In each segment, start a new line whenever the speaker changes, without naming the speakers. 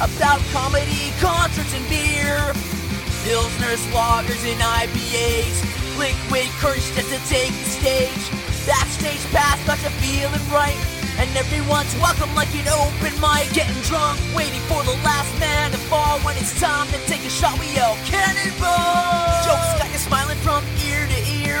about comedy, concerts, and beer. Pilsner loggers, and IPAs. Liquid courage just to take the stage. Backstage pass, got you feeling right. And everyone's welcome like an open mic. Getting drunk, waiting for the last man to fall. When it's time to take a shot, we yell cannonball. Jokes got you smiling from ear to ear.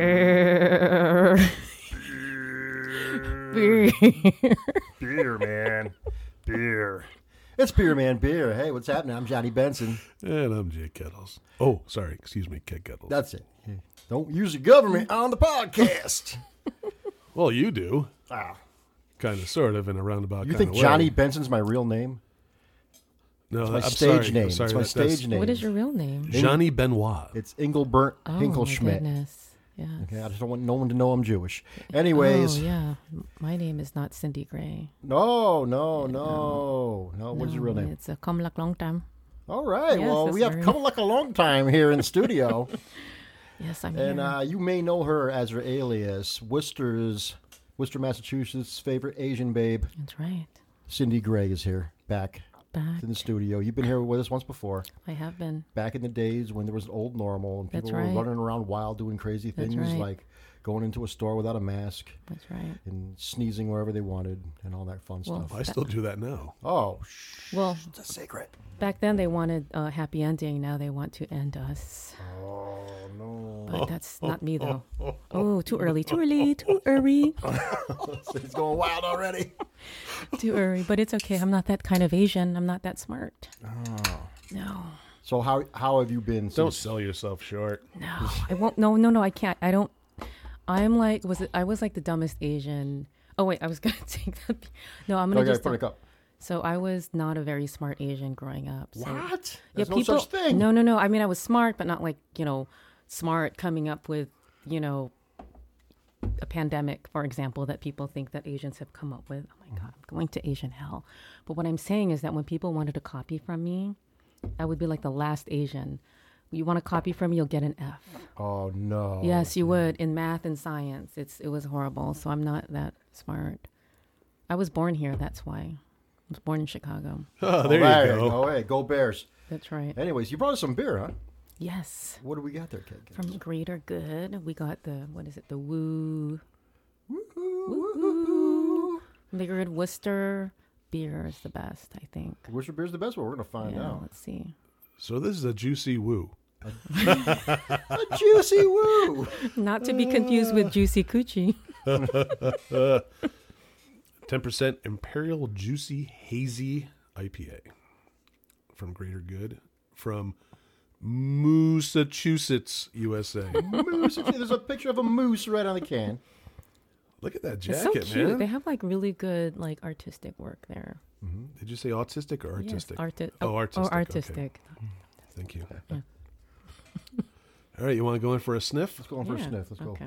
Beer. Beer.
Beer, man. Beer.
It's Beer Man Beer. Hey, what's happening? I'm Johnny Benson.
And I'm Jake Kettles. Oh, sorry. Excuse me, Kid Kettles.
That's it. Don't use the government on the podcast.
well, you do.
Ah,
Kind of, sort of, in a roundabout
you
kind
think
of way.
Johnny Benson's my real name?
No,
My
I'm
stage
sorry.
name.
I'm sorry.
it's my
That- that's
stage name.
What is your real name?
Johnny Benoit.
It's Engelbert
Oh, my
Hinkelschmidt.
goodness. Yeah.
Okay, I just don't want no one to know I'm Jewish. Anyways,
Oh, yeah. M- My name is not Cindy Gray. Um,
no, no, no, no. What's your real name?
It's uh, a come like long time.
All right.
Yes,
well,
that's
we have
my
come like a long time here in the studio,
Yes, I'm
and
here.
uh, you may know her as her alias, Worcester's, Worcester, Massachusetts' favorite Asian babe,
That's right.
Cindy Gray, is here back
Back.
in the studio. You've been here with us once before,
I have been.
back in the days when there was an old normal and
That's
people were
right.
running around wild doing crazy
That's
things
right.
like going into a store without a mask
That's right.
and sneezing wherever they wanted and all that fun
Well,
stuff.
I still do that now.
Oh, sh-
Well,
it's a secret.
back then they wanted a happy ending. Now they want to end us.
Oh no,
But that's not me, though. Oh, too early. Too early. Too early.
it's going wild already.
Too early. But it's okay. I'm not that kind of Asian. I'm not that smart.
Oh.
No.
So how how have you been?
Don't
Since,
sell yourself short.
No, I won't. No, no, no. I can't. I don't. I'm like was it? I was like the dumbest Asian. Oh wait, I was gonna take that. No, I'm gonna
okay,
just
put it up.
So I was not a very smart Asian growing up. So,
What?
Yeah,
There's no
people,
such thing.
No, no, no. I mean, I was smart, but not like you know, smart coming up with you know, a pandemic, for example, that people think that Asians have come up with. Oh my God, I'm going to Asian hell. But what I'm saying is that when people wanted to copy from me, I would be like the last Asian. You want to copy from me, you'll get an F.
Oh no.
Yes, you would in math and science. It's it was horrible. So I'm not that smart. I was born here. That's why. I was born in Chicago.
Oh, there
All right,
you go.
Oh, hey, go Bears.
That's right.
Anyways, you brought us some beer, huh?
Yes,
What do we got there, Kate?
from Greater Good, we got the what is it? The Woo. Bigger Good Worcester beer is the best, I think.
Which beer's the best one? We're gonna find
Yeah,
out.
let's see.
So this is a juicy woo.
A juicy woo.
Not to be confused with Juicy Coochie.
10% Imperial Juicy Hazy IPA from Greater Good from Massachusetts, USA.
moose. There's a picture of a moose right on the can.
Look at that
It's so
jacket,
cute.
man.
They have like really good like artistic work there.
Did you say autistic or artistic?
Yes, arti-
oh, artistic.
Or
okay.
artistic.
Thank you. All right, you want to go in for a sniff?
Let's go on for
Yeah,
a sniff. Let's go.
okay.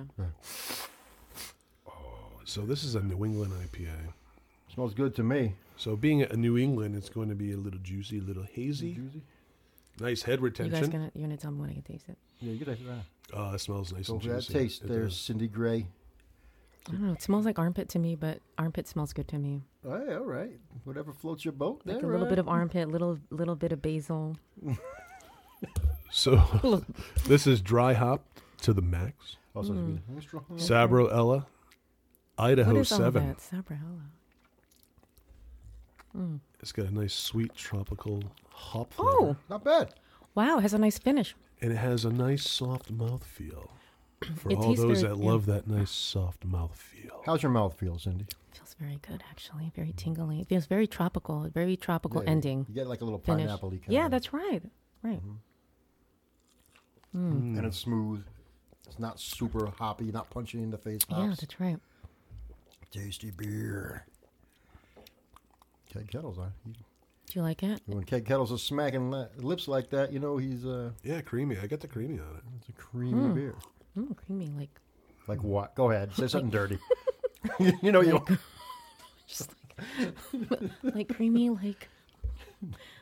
So this is a New England IPA.
Smells good to me.
So being a New England, it's going to be a little juicy, a little hazy. Nice head
You guys
retention.
gonna you're gonna tell me when I can taste it.
Yeah, you gotta uh,
Uh, it smells nice
go
and
for that
juicy.
taste.
It
There,
does.
Cindy Gray.
I don't know. It smells like armpit to me, but armpit smells good to me.
Hey, all right. Whatever floats your boat.
Like
there,
a little bit
right?
of armpit, little little bit of basil.
So this is dry hop to the max.
Oh, so
Mm.
it's good.
Sabroella, Idaho
Oh,
what is all
7.
that? Sabrella.
It's got a nice sweet tropical hop flavor.
Oh
Not bad.
wow, it has a nice finish.
And it has a nice soft mouthfeel. For
It
all
tastes
those
very-
that
yeah.
love that nice soft mouthfeel.
How's your mouth feel, Cindy?
Feels very good actually. Very tingly. It feels very tropical. Very tropical
Yeah,
ending.
You get like a little
Finish.
pineapple kind
Yeah,
of,
that's right. Right.
Mm-hmm. and it's smooth. It's not super hoppy, not punching you in the face.
Yeah,
Hops.
that's right.
Tasty beer. Keg Kettles, huh? You
Do you like it?
When Keg Kettles is smacking li- lips like that, you know he's uh,
Yeah, creamy. I got the creamy on it.
it's a creamy beer.
Mm, creamy, like
Like what? Go ahead, say something dirty. you know you.
just like like creamy, like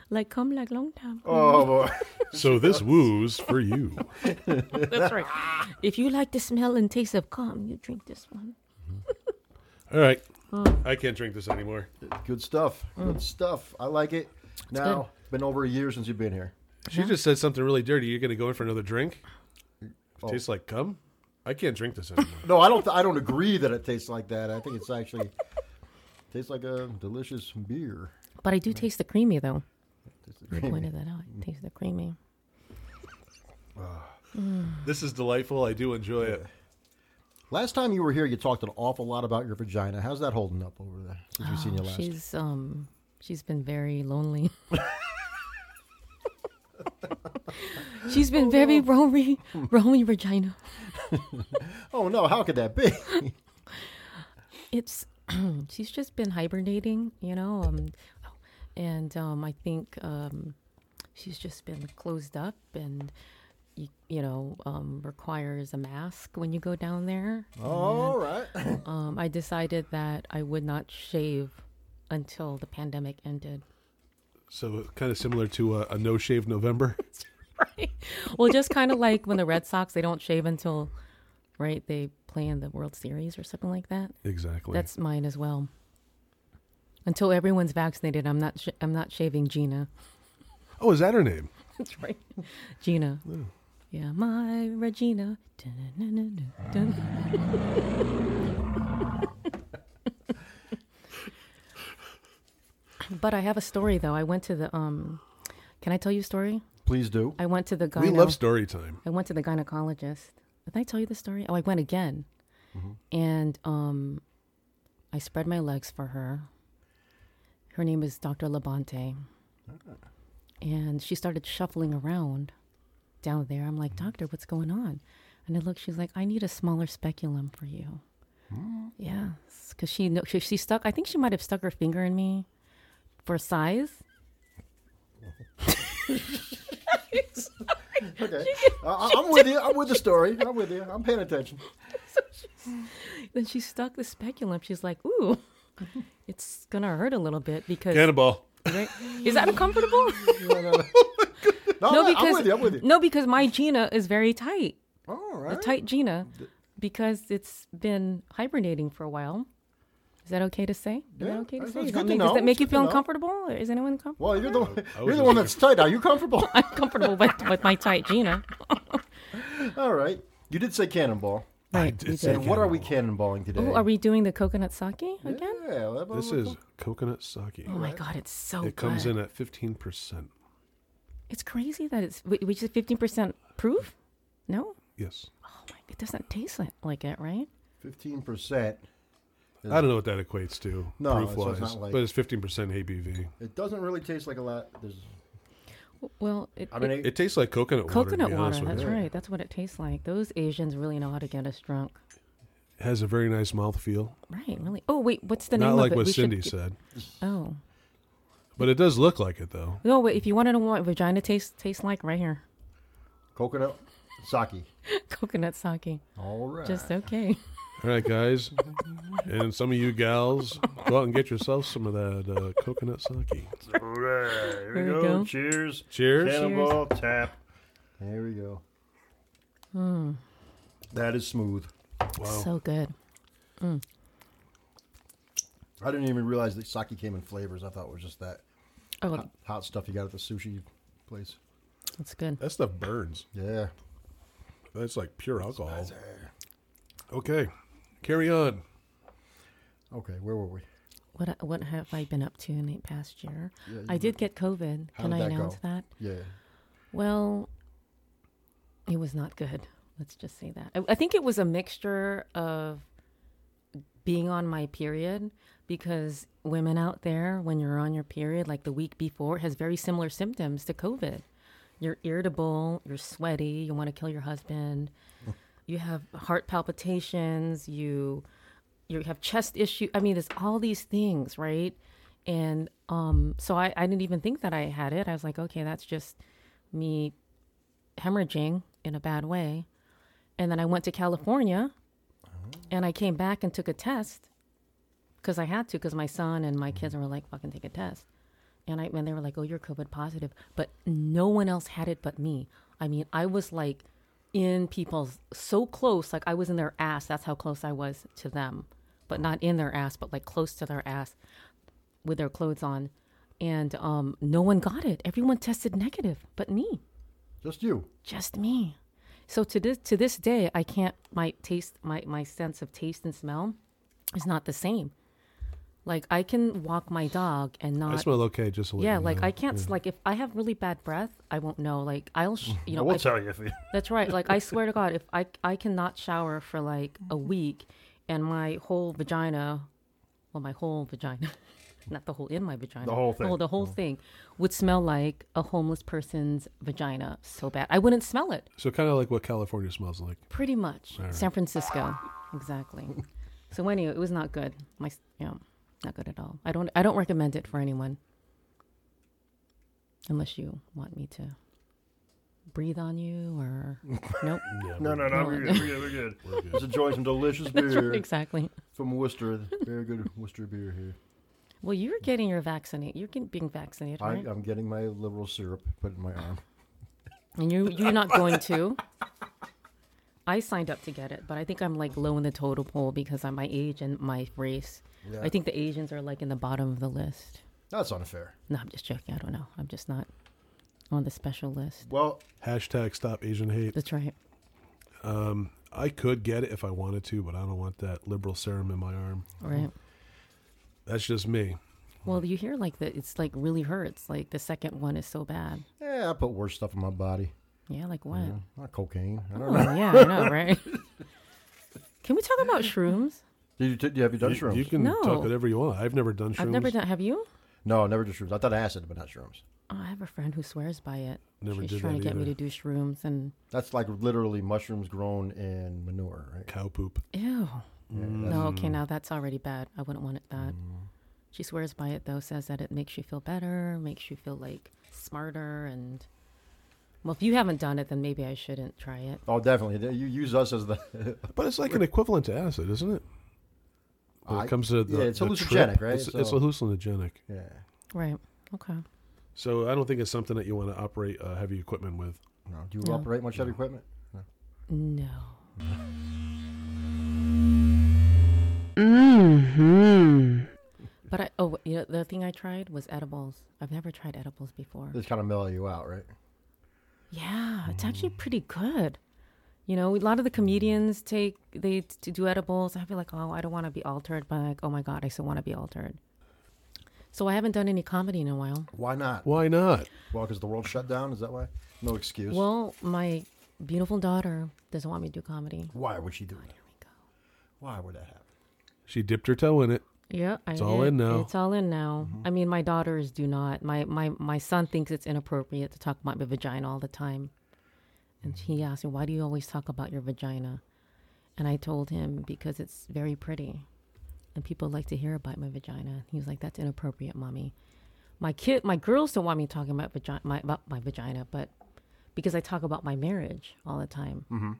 like come like long time.
Oh boy.
So this woos for you.
That's right. If you like the smell and taste of cum, you drink this one.
All right. I can't drink this anymore.
Good stuff. Good stuff. I like it. now,
good.
Mm. it's been over a year since you've been here.
She just said something really dirty. You're going to go in for another drink? It tastes like cum? I can't drink this anymore.
No, I don't. I don't agree that it tastes like that. I think it's actually tastes like a delicious beer.
But I do taste the creamy though.
Tastes
I
creamy.
pointed that out. I taste the creamy.
this is delightful. I do enjoy it.
Last time you were here, you talked an awful lot about your vagina. How's that holding up over there since we've seen you last?
She's um she's been very lonely. she's been very lonely, lonely vagina.
Oh no, how could that be?
It's she's just been hibernating, you know, um and um I think um she's just been closed up and you, you know, um, requires a mask when you go down there.
All right.
Um, I decided that I would not shave until the pandemic ended.
So kind of similar to uh, a, a no shave November.
Well, just kind of like when the Red Sox they don't shave until right they play in the World Series or something like that.
exactly.
That's mine as well. Until everyone's vaccinated, I'm not sh- I'm not shaving Gina.
oh, is that her name?
That's right, Gina. Yeah, my Regina. Dun-dun-dun-dun-dun. but I have a story though. I went to the um. Can I tell you a story?
Please do.
I went to the guy.
We love story time.
I went to the gynecologist. Did I tell you the story? Oh, I went again, and um, I spread my legs for her. Her name is Dr. Labonte, and she started shuffling around down there. I'm like, Doctor, what's going on? And I look. She's like, I need a smaller speculum for you. Yeah, because she, kno- she she stuck. I think she might have stuck her finger in me for size.
Okay. I, I- I'm with you. I'm with the story. I'm with you. I'm paying attention.
Then she stuck the speculum. She's like, ooh, it's gonna hurt a little bit because
Cannonball.
right? is that uncomfortable?
No, no, no. No,
no,
no,
because
I'm with you. I'm with you.
no, because my Gina is very tight,
All
a
right.
tight Gina, because it's been hibernating for a while. Is that okay to say? Is that
Yeah,
okay to
that's-
say? Does
that's good
that,
to
make, does
know.
that make
It's
you
good to
feel
know.
uncomfortable? Or is anyone comfortable?
Well, you're the you're
just
the one that's tight. Are you comfortable?
I'm comfortable with, with my tight Gina.
All right. You did say cannonball.
I did
you
say
did.
And what are we cannonballing today?
Ooh, are we doing the coconut sake again?
Yeah, well, well,
This
well,
is coconut sake.
Oh my god, it's so
It comes
good.
in at 15%.
It's crazy that it's wh- which is fifteen percent proof. No,
Yes.
oh my, it doesn't taste like, like it, right?
fifteen percent.
I don't know what that equates to,
No,
proof
that's what it's
wise,
not like.
but it's 15% ABV.
It doesn't really taste like a lot. There's,
W- Well, it,
I mean,
it-
it,
It tastes like coconut water. to be
coconut water.
honest with
That's
you.
right. That's what it tastes like. Those Asians really know how to get us drunk.
It has a very nice mouthfeel.
Right, really. Oh wait, what's the
Not
name
like
of it?
what
We should
Cindy
get-
said,
Oh
but it does look like it, though.
no, wait. If you want to know what vagina tastes tastes like, right here,
coconut sake.
coconut sake.
All right.
Just okay.
All right, guys, and some of you gals, go out and get yourself some of that uh, coconut sake.
All right,
There
here we
we
go.
go.
Cheers.
Cheers.
Cannonball tap.
There we go.
Hmm.
That is smooth.
So good.
I didn't even realize that sake came in flavors. I thought it was just that
Oh,
hot, hot stuff you got at the sushi place.
that's good.
That stuff burns.
Yeah.
That's like pure alcohol. Okay, carry on.
Okay, where were we?
What I- what have I been up to in the past year? I did get COVID.
How
Can
did
I
that
announce
go?
that?
Yeah.
Well, it was not good. Let's just say that. I, I think it was a mixture of being on my period because women out there, when you're on your period, like the week before, has very similar symptoms to COVID. You're irritable, you're sweaty, you want to kill your husband, you have heart palpitations, you you have chest issue. I mean, there's all these things, right? And um, so I, I didn't even think that I had it. I was like, okay, that's just me hemorrhaging in a bad way. And then I went to California and I came back and took a test because I had to because my son and my kids were like, fucking take a test. And I and they were like, oh, you're COVID positive. But no one else had it but me. I mean, I was like in people's so close, like I was in their ass. That's how close I was to them, but not in their ass, but like close to their ass with their clothes on. And um, no one got it. Everyone tested negative but me
Just you.
just me. So to this to this day, I can't my taste my my sense of taste and smell is not the same. Like I can walk my dog and
I
not.
smell okay, just a little.
Uh, Yeah, like I can't. s Like if I have really bad breath, I won't know. Like I'll, sh- you know,
we'll
I-
tell you if you.
that's right. Like I swear to God, if I I cannot shower for like a week, and my whole vagina, well, my whole vagina, not the whole in my vagina,
The whole
no,
thing.
the whole thing would smell like a homeless person's vagina so bad. I wouldn't smell it.
So kind of like what California smells like.
Pretty much. San Francisco. Exactly. so anyway, it was not good. My s- yeah, not good at all. I don't I don't recommend it for anyone. Unless you want me to breathe on you or nope.
No, no, no. We're good. We're good. We're good.
Just enjoying some delicious beer
exactly.
from Worcester. Very good Worcester beer here.
Well, you're getting your vaccinate. You're getting, being vaccinated,
I,
right?
I'm getting my liberal syrup put in my arm.
And you you're not going to. I signed up to get it, but I think I'm like low in the total poll because I'm my age and my race.
Yeah.
I think the Asians are like in the bottom of the list.
That's unfair.
No, I'm just joking. I don't know. I'm just not on the special list.
Well,
Hashtag stop Asian hate.
That's right.
I could get it if I wanted to, but I don't want that liberal serum in my arm.
Right.
That's just me.
Well, you hear like that. It's like really hurts. Like the second one is so bad.
yeah, I put worse stuff in my body.
Yeah. Like what?
Not cocaine. I
Oh,
don't know.
yeah. I know, right? Can we talk about shrooms?
Did you t- have you done shrooms?
You can
No.
talk whatever you want. I've never done shrooms.
I've never done. Have you?
No, never did shrooms. I thought acid, but not shrooms.
Oh, I have a friend who swears by it.
Never
She's
did
trying
that
to get me
either.
to do shrooms and
That's like literally mushrooms grown in manure, right?
cow poop.
ew.
Yeah,
Mm. No, okay, now that's already bad. I wouldn't want it that. She swears by it though, says that it makes you feel better, makes you feel like smarter and well, if you haven't done it, then maybe I shouldn't try it.
Oh, definitely. You use us as the.
But it's like an equivalent to acid, isn't it? When
I-
it comes to the,
yeah, it's
the
hallucinogenic,
trip,
right?
It's, it's
So-
hallucinogenic.
yeah.
Right. Okay.
So I don't think it's something that you want to operate uh, heavy equipment with.
No. Do you operate much heavy equipment?
No. But I oh you know the thing I tried was edibles. I've never tried edibles before.
Just kind of mellow you out, right?
Yeah, it's actually pretty good. You know, a lot of the comedians take they t- to do edibles. I feel like, oh, I don't want to be altered, but like, oh my god, I still want to be altered. So I haven't done any comedy in a while.
Why not?
Why not?
Well, because the world shut down. Is that why? No excuse.
Well, my beautiful daughter doesn't want me to do comedy.
why would she do it? Why would that happen?
She dipped her toe in it.
Yeah, it's
all in now. Mm-hmm.
It's all in now. I mean, my daughters do not. My my my son thinks it's inappropriate to talk about my vagina all the time, and he
Mm-hmm.
asked me, "Why do you always talk about your vagina?" And I told him because it's very pretty, and people like to hear about my vagina. He was like, "That's inappropriate, mommy." My kid, my girls don't want me talking about vagina, my about my vagina, but because I talk about my marriage all the time,
Mm-hmm.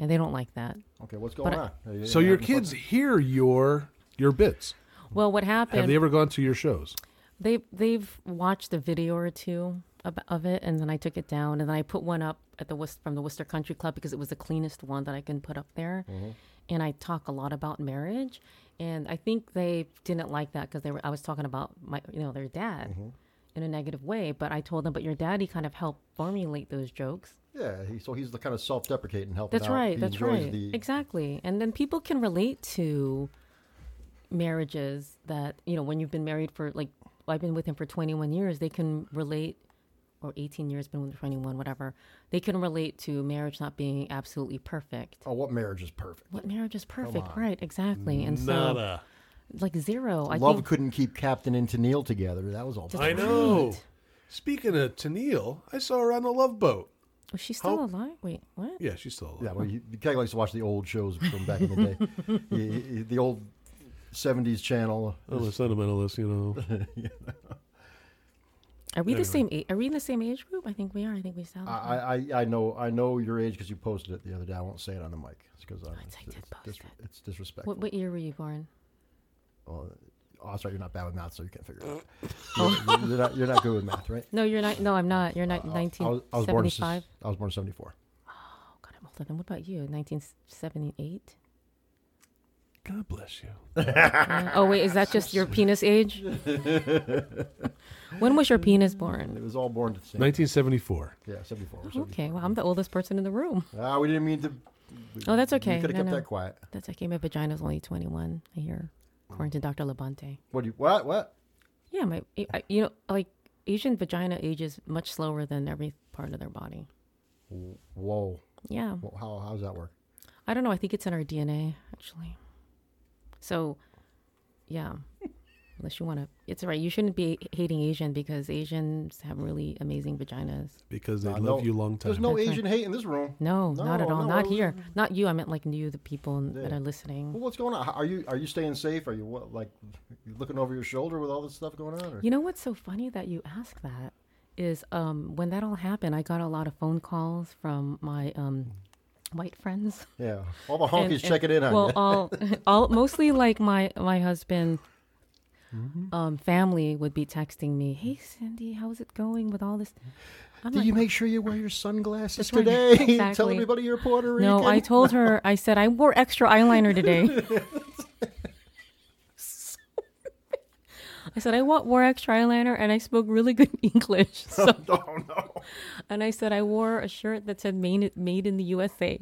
and they don't like that.
Okay, what's going
I-
on? Are you-
So your kids hear your your bits.
Well, what happened?
Have they ever gone to your shows?
They they've watched a video or two of, of it, and then I took it down, and then I put one up at the Wis- from the Worcester Country Club because it was the cleanest one that I can put up there, and I talk a lot about marriage, and I think they didn't like that because they were I was talking about my you know their dad in a negative way, but I told them, but your daddy kind of helped formulate those jokes.
Yeah, he, so he's the kind of self-deprecating, helping
That's
out.
right.
He
that's
enjoys
right.
The,
Exactly. And then people can relate to marriages that, you know, when you've been married for like I've been with him for 21 years, they can relate or 18 years been with 21 whatever. They can relate to marriage not being absolutely perfect.
Oh, what marriage is perfect?
What marriage is perfect? Right, exactly. And so like zero. I
Love
think
couldn't keep Captain and Tennille together. That was all.
Just-
I
I
know.
know.
Speaking of Tennille, I saw her on the Love Boat.
was she Oh, still
How-
alive? Wait, what?
Yeah, she's still alive.
Yeah, well, you, Keg likes to watch the old shows from back in the day. He- he- the old '70s channel.
I'm a sentimentalist, you know.
Are we the same age? Are we in the same age group? I think we are. I think we sound.
I,
like that.
I, I- I know I know your age because you posted it the other day. I won't say it on the mic because it's,
I did
it's
post
dis- it's disrespectful.
What, what year were you born?
Oh, sorry, you're not bad with math, so you can't figure it out.
Oh.
You're, you're not, you're not good with math, right?
No, you're not. No, I'm not. You're not.
I was, I was born. in s-
1975.
I was born in '74.
Oh God, I'm older than. What about you? 1978.
God bless you.
Uh, oh wait, is that just your penis age? when was your penis
It
born?
was all born at the same.
1974.
Yeah, '74.
Okay, well I'm the oldest person in the room.
Ah, we didn't mean to.
Oh, that's okay.
We could have
No,
kept
no.
that quiet.
That's okay. My vagina's only 21 a year, according to Dr. Labonte.
What do you? What? What?
Yeah, my I, you know like Asian vagina ages much slower than every part of their body.
Whoa!
Yeah,
Well, how how does that work?
I don't know. I think it's in our DNA actually. So, yeah. Unless you want to, it's all right. You shouldn't be hating Asian because Asians have really amazing vaginas.
Because they
I
love
know-
you long
There's
time.
no
That's right.
Asian hate in this room.
No, not at
No,
all.
no,
not
I was-
here. Not you. I meant like you, the people n- that
Yeah.
are listening.
Well, what's going on? How- Are you are you staying safe? Are you what, like you looking over your shoulder with all this stuff going on? Or?
You know what's so funny that you ask that is um, when that all happened, I got a lot of phone calls from my um, white friends.
Yeah, all the
And-
honkies
and-
checking in on
well,
you.
all, all mostly like my my husband.
Mm-hmm.
Um, family would be texting me, "Hey Cindy, how's it going with all this?" I'm
Did
like,
you make sure you wear your sunglasses
That's right.
today? Tell
Exactly.
everybody you're Puerto Rican.
"No, I told her. I said I wore extra eyeliner today." I said I wa- wore extra eyeliner and I spoke really good English. So
Oh no!
And I said I wore a shirt that said "Made Made in the USA."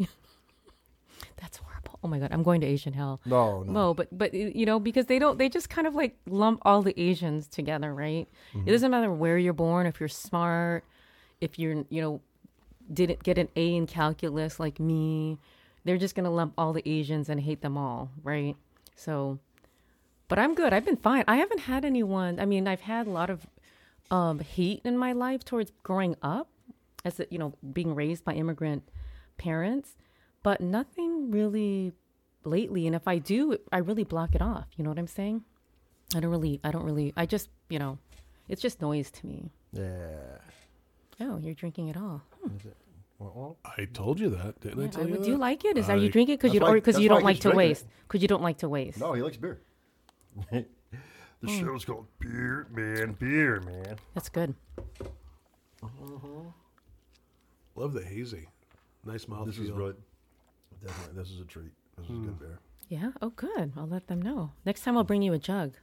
That's horrible. Oh my god, I'm going to Asian hell.
No, no.
No, but but you know because they don't they just kind of like lump all the Asians together, right?
Mm-hmm.
It doesn't matter where you're born, if you're smart, if you're you know didn't get an A in calculus like me, they're just gonna lump all the Asians and hate them all, right? So, but I'm good. I've been fine. I haven't had anyone. I mean, I've had a lot of um, hate in my life towards growing up, as a, you know, being raised by immigrant parents, but nothing really lately. And if I do, I really block it off. You know what I'm saying? I don't really. I don't really. I just you know, it's just noise to me.
Yeah.
Oh, you're drinking it all.
Well,
I told you that, didn't I
Yeah,
tell you
would-
that?
do you like it? Is are you
I-
drinking because you
that's
don't
why-
or because
that's
you
why
don't
I
like
keep
to
drinking
waste? Because you don't like to waste.
no, he likes beer. the
Hmm.
show's called
Beer, man, beer, man.
That's good.
Love the hazy. Nice mouthfeel.
This is really definitely this is a treat. This is good beer.
Yeah. Oh, good. I'll let them know. Next time I'll bring you a jug.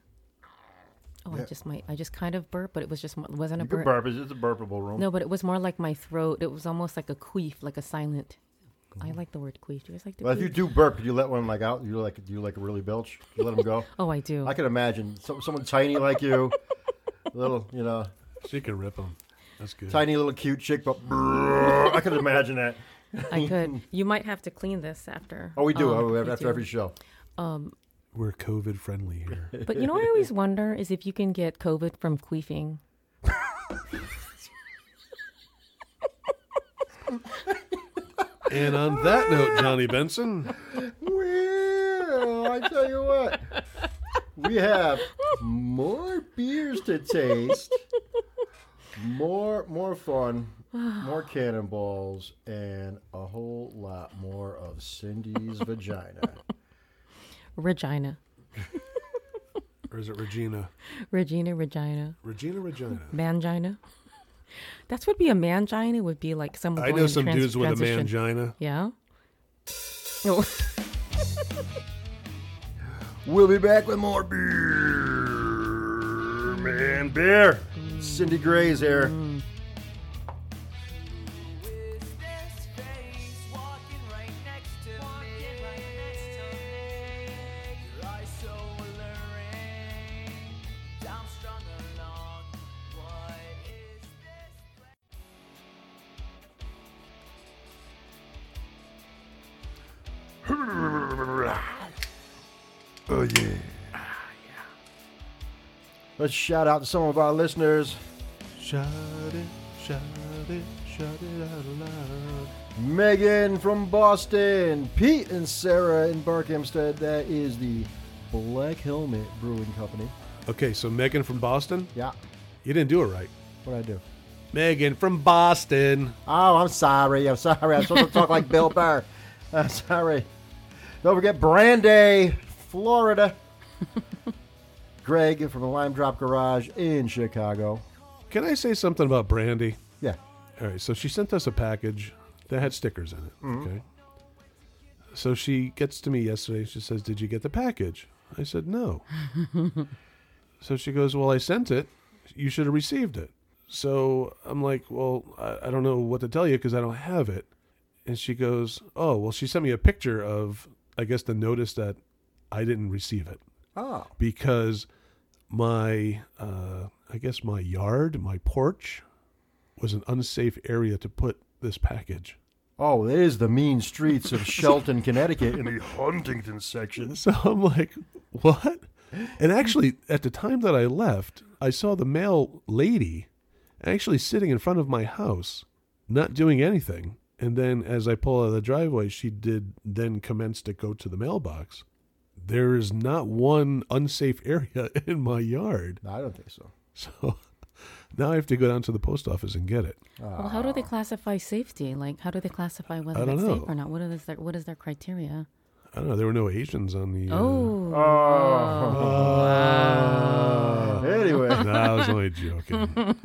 Oh, I just might. I just kind of burped, but it was just mo- it wasn't a
You can
burp.
burp. It's it's a burpable room.
No, but it was more like my throat. It was almost like a queef, like a silent. I like the word queef. Do you guys like the
Well,
queef?
if you do burp, you let one like out. You like you like really belch. You let them go.
oh, I do.
I can imagine some, someone tiny like you, little you know,
She can rip them. That's good.
tiny little cute chick, but brrr, I could imagine that.
I could. You might have to clean this after.
Oh, we do
Um,
oh,
we
after
do.
every show.
We're COVID friendly here.
But you know, what I always wonder is if you can get COVID from queefing.
and on that note, Johnny Benson,
Well, I tell you what, we have more beers to taste, more more fun, more cannonballs, and a whole lot more of Cindy's vagina.
Regina,
or is it Regina?
Regina, Regina,
Regina, Regina.
mangina. That's would be a mangina. Would be like some.
I
boy
know
in
some
trans-
dudes with a
transition.
mangina.
Yeah. Oh.
We'll be back with more
Beer, man, beer.
Cindy Gray's here.
Is this face walking right next to me? Your eyes so alluring. I'm strung along. What is this?
Oh yeah.
Let's shout out to some of our listeners.
Shout it, shout it, shout it out loud.
Megan from Boston, Pete and Sarah in Berkhamsted. That is the Black Helmet Brewing Company.
Okay, so Megan from Boston?
Yeah.
You didn't do it right.
What I do?
Megan from Boston.
Oh, I'm sorry. I'm sorry. I'm supposed to talk like Bill Burr. I'm sorry. Don't forget Brandy, Florida. Greg from the Lime Drop Garage in Chicago.
Can I say something about Brandy?
Yeah.
All right, so she sent us a package that had stickers in it. Okay. So she gets to me yesterday. and She says, "Did you get the package?" I said, "No." so she goes, "Well, I sent it. You should have received it." So I'm like, "Well, I, I don't know what to tell you because I don't have it." And she goes, "Oh, well." She sent me a picture of, I guess, the notice that I didn't receive it
Oh.
because my uh, I guess my yard, my porch, was an unsafe area to put this package.
Oh, it is the mean streets of Shelton, Connecticut.
In the Huntington section.
So I'm like, what? And actually, at the time that I left, I saw the mail lady actually sitting in front of my house, not doing anything. And then as I pull out of the driveway, she did then commence to go to the mailbox. There is not one unsafe area in my yard.
No, I don't think so.
So now I have to go down to the post office and get it.
Well, how do they classify safety? Like, how do they classify whether
I don't
it's safe
know.
or not? What is their What is their criteria?
I don't know. There were no Asians on the. uh,
Oh,
Oh. Anyway,
no, I was only joking.
uh,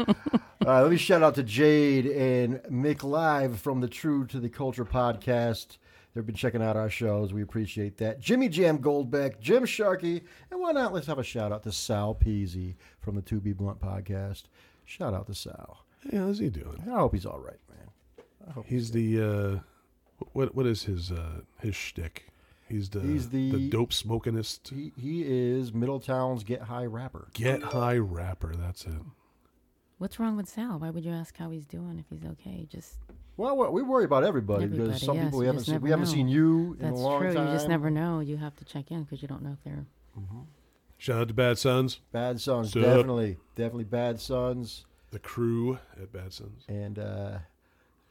let me shout out to Jade and Mick Live from the True to the Culture podcast. They've been checking out our shows. We appreciate that. Jimmy Jam Goldbeck, Jim Sharkey, and why not? Let's have a shout out to Sal Peasy from the To Be Blunt podcast. Shout out to Sal.
yeah, how's he doing?
I hope he's all right, man.
He's the. Uh, what what is his uh, his shtick? He's the
He's the-
dope smokingest
He, he is Middletown's Get High rapper.
get high rapper. That's it.
what's wrong with Sal? Why would you ask how he's doing if he's okay? Just
Well, we- we worry about everybody, because
Everybody,
some
yes,
people we
you
haven't
just
seen.
never
We haven't
know.
seen you in
that's
a long
true.
time.
You just never know. You have to check in because you don't know if they're.
Shout out to Bad Sons,
Bad Sons,
Sup?
definitely, definitely Bad Sons,
the crew at Bad Sons.
and uh,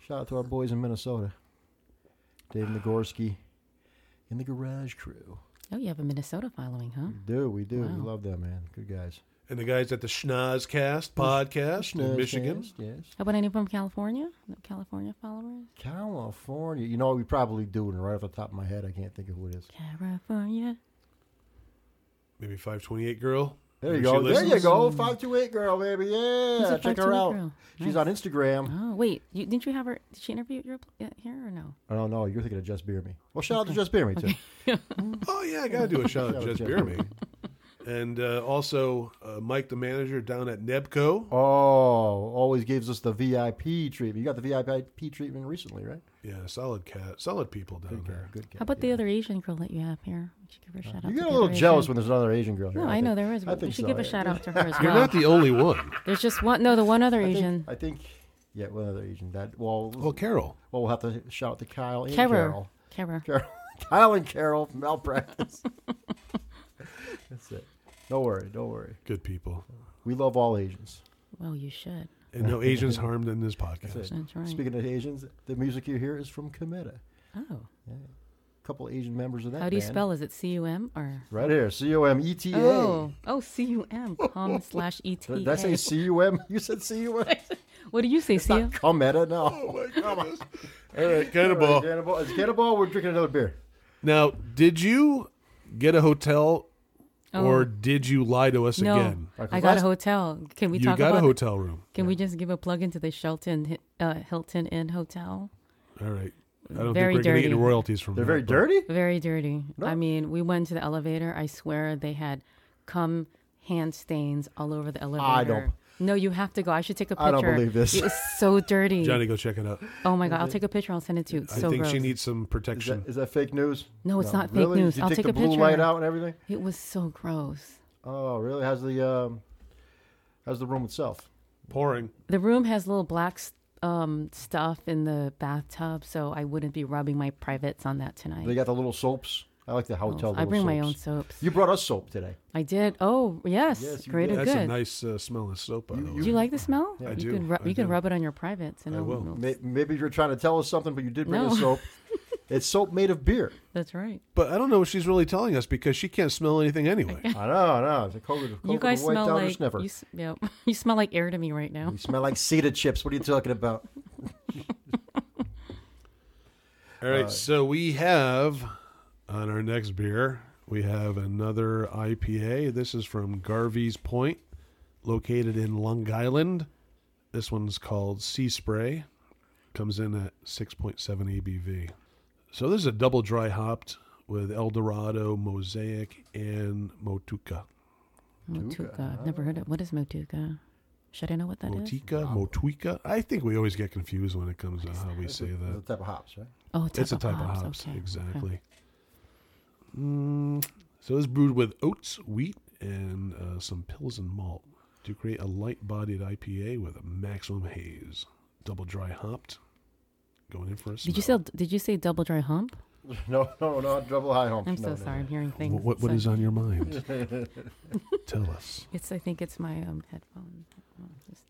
shout out to our boys in Minnesota, Dave Nagorski, and the Garage Crew.
Oh, you have a Minnesota following, huh?
Do we do? We
Wow.
love them, man. Good guys.
And the guys at the Schnozcast podcast in
Yes,
Michigan.
yes, yes.
How about anyone from California? No California followers?
California. You know, we probably do, and right off the top of my head, I can't think of who it is.
California.
Maybe 528 Girl.
There you
She
go. There you
listens.
go. Five two eight girl, baby. Yeah,
it
check her
528
out.
girl? Nice.
She's on Instagram.
Oh wait, you, didn't you have her? Did she interview your pl- uh, here or no?
I don't know. You're thinking of Just Beer Me. Well, shout out to Just Beer Me too.
Oh yeah, I gotta do a shout
Shout
out to
out
Jess
Jeff.
Beerme. And uh, also uh, Mike, the manager down at Nebco.
Oh, always gives us the VIP treatment. You got the VIP treatment recently, right?
Yeah, solid cat, solid people down there.
Good. Kid.
How about the other Asian girl that you have here? We should give her a shout out.
Uh, You
to
get a
the
little
other
jealous
Asian-
when there's another Asian girl. Here.
No,
I
I
think-
know there is.
I
We
think
should
so,
give a
yeah.
shout out to her as well.
You're not the only one.
There's just one. No, the one other
I think-
Asian.
I think, yeah, one other Asian. That well,
Well, Carol.
well, we'll have to shout out to Kyle and
Kara.
Carol.
Kara.
Carol, Kyle and Carol from malpractice. That's it. Don't worry. Don't worry.
Good people.
We love all Asians.
Well, you should.
And no Asians harmed in this podcast.
That's right.
Speaking of Asians, the music you hear is from Cometa.
Oh,
A couple Asian members of that.
how do you
band.
spell? Is it C U M or?
Right here, C O M E T A.
Oh, oh, C U M. Com slash E T.
Did I say C U M? You said C U M.
What do you say,
It's
C U?
not Cometa, no.
Oh my goodness. All right, cannibal.
Cannibal. It's cannibal. We're drinking another beer.
Now, did you get a hotel
Oh.
or did you lie to us
No,
again?
I got a hotel. Can we
You
talk
got a
about?
hotel room.
Can we just give a plug into the Shelton Hi- uh, Hilton Inn Hotel?
All right. I don't
Very
think we're going to get
dirty.
any royalties from
They're
that,
very
but-
dirty.
Very dirty. I mean, we went to the elevator. I swear they had cum hand stains all over the elevator.
I don't-
No, you have to go. I should take a picture.
I don't believe this.
It's so dirty.
Johnny, go check it out.
oh my god, I'll take a picture. I'll send it to you. It's
I
so
think
gross.
she needs
Is
some
that,
protection.
is that fake news?
No, it's not fake
really?
news.
Did you
I'll
take,
take
the
a
blue
picture.
light out and everything.
it was so gross.
Oh, really? How's the um, how's the room itself?
Pouring.
The room has little black s- um, stuff in the bathtub, so I wouldn't be rubbing my privates on that tonight.
They got the little soaps. I like the hotel.
Oh, I
little
bring my own
soaps.
soaps.
You brought us soap today.
I did. Oh yes,
Yes, you
great
did.
and
That's a
good.
nice uh, smell of soap, by the way.
do you like the smell?
I
you
do.
Can rub,
I
you can
do.
rub it on your privates, and
I
it'll-
will.
it'll
May- Maybe you're trying to tell us something, but you did bring
No.
us soap. It's soap made of beer.
That's right.
But I don't know what she's really telling us because she can't smell anything anyway.
I know, I know. It's a COVID, COVID
you guys
wiped
smell
out her
like
sniffer.
you, s- yeah, you smell like air to me right now.
You smell like cedar chips. What are you talking about?
All right, so we have on our next beer, we have another IPA. This is from Garvey's Point, located in Long Island. This one's called Sea Spray. Comes in at 6.7 ABV. So this is a double dry hopped with El Dorado, Mosaic, and Motuka.
Motuka. I've never heard of What is Motuka? Should I know what that is?
Motika, Motuika. I think we always get confused when it comes to how we say that.
The type of hops, right?
Oh, type
it's a type
hops.
of hops,
Okay, okay.
exactly. Mm, so it's brewed with oats, wheat, and uh, some pills and malt to create a light-bodied IPA with a maximum haze. Double dry hopped. Going in for a smell.
Did you say Did you say double dry hump?
No, no, no. Double high hops.
I'm
no,
so
no,
sorry.
no.
I'm hearing
Wh-
things.
what, what
So-
is on your mind? Tell us.
It's. I think it's my um, headphone. Oh, just-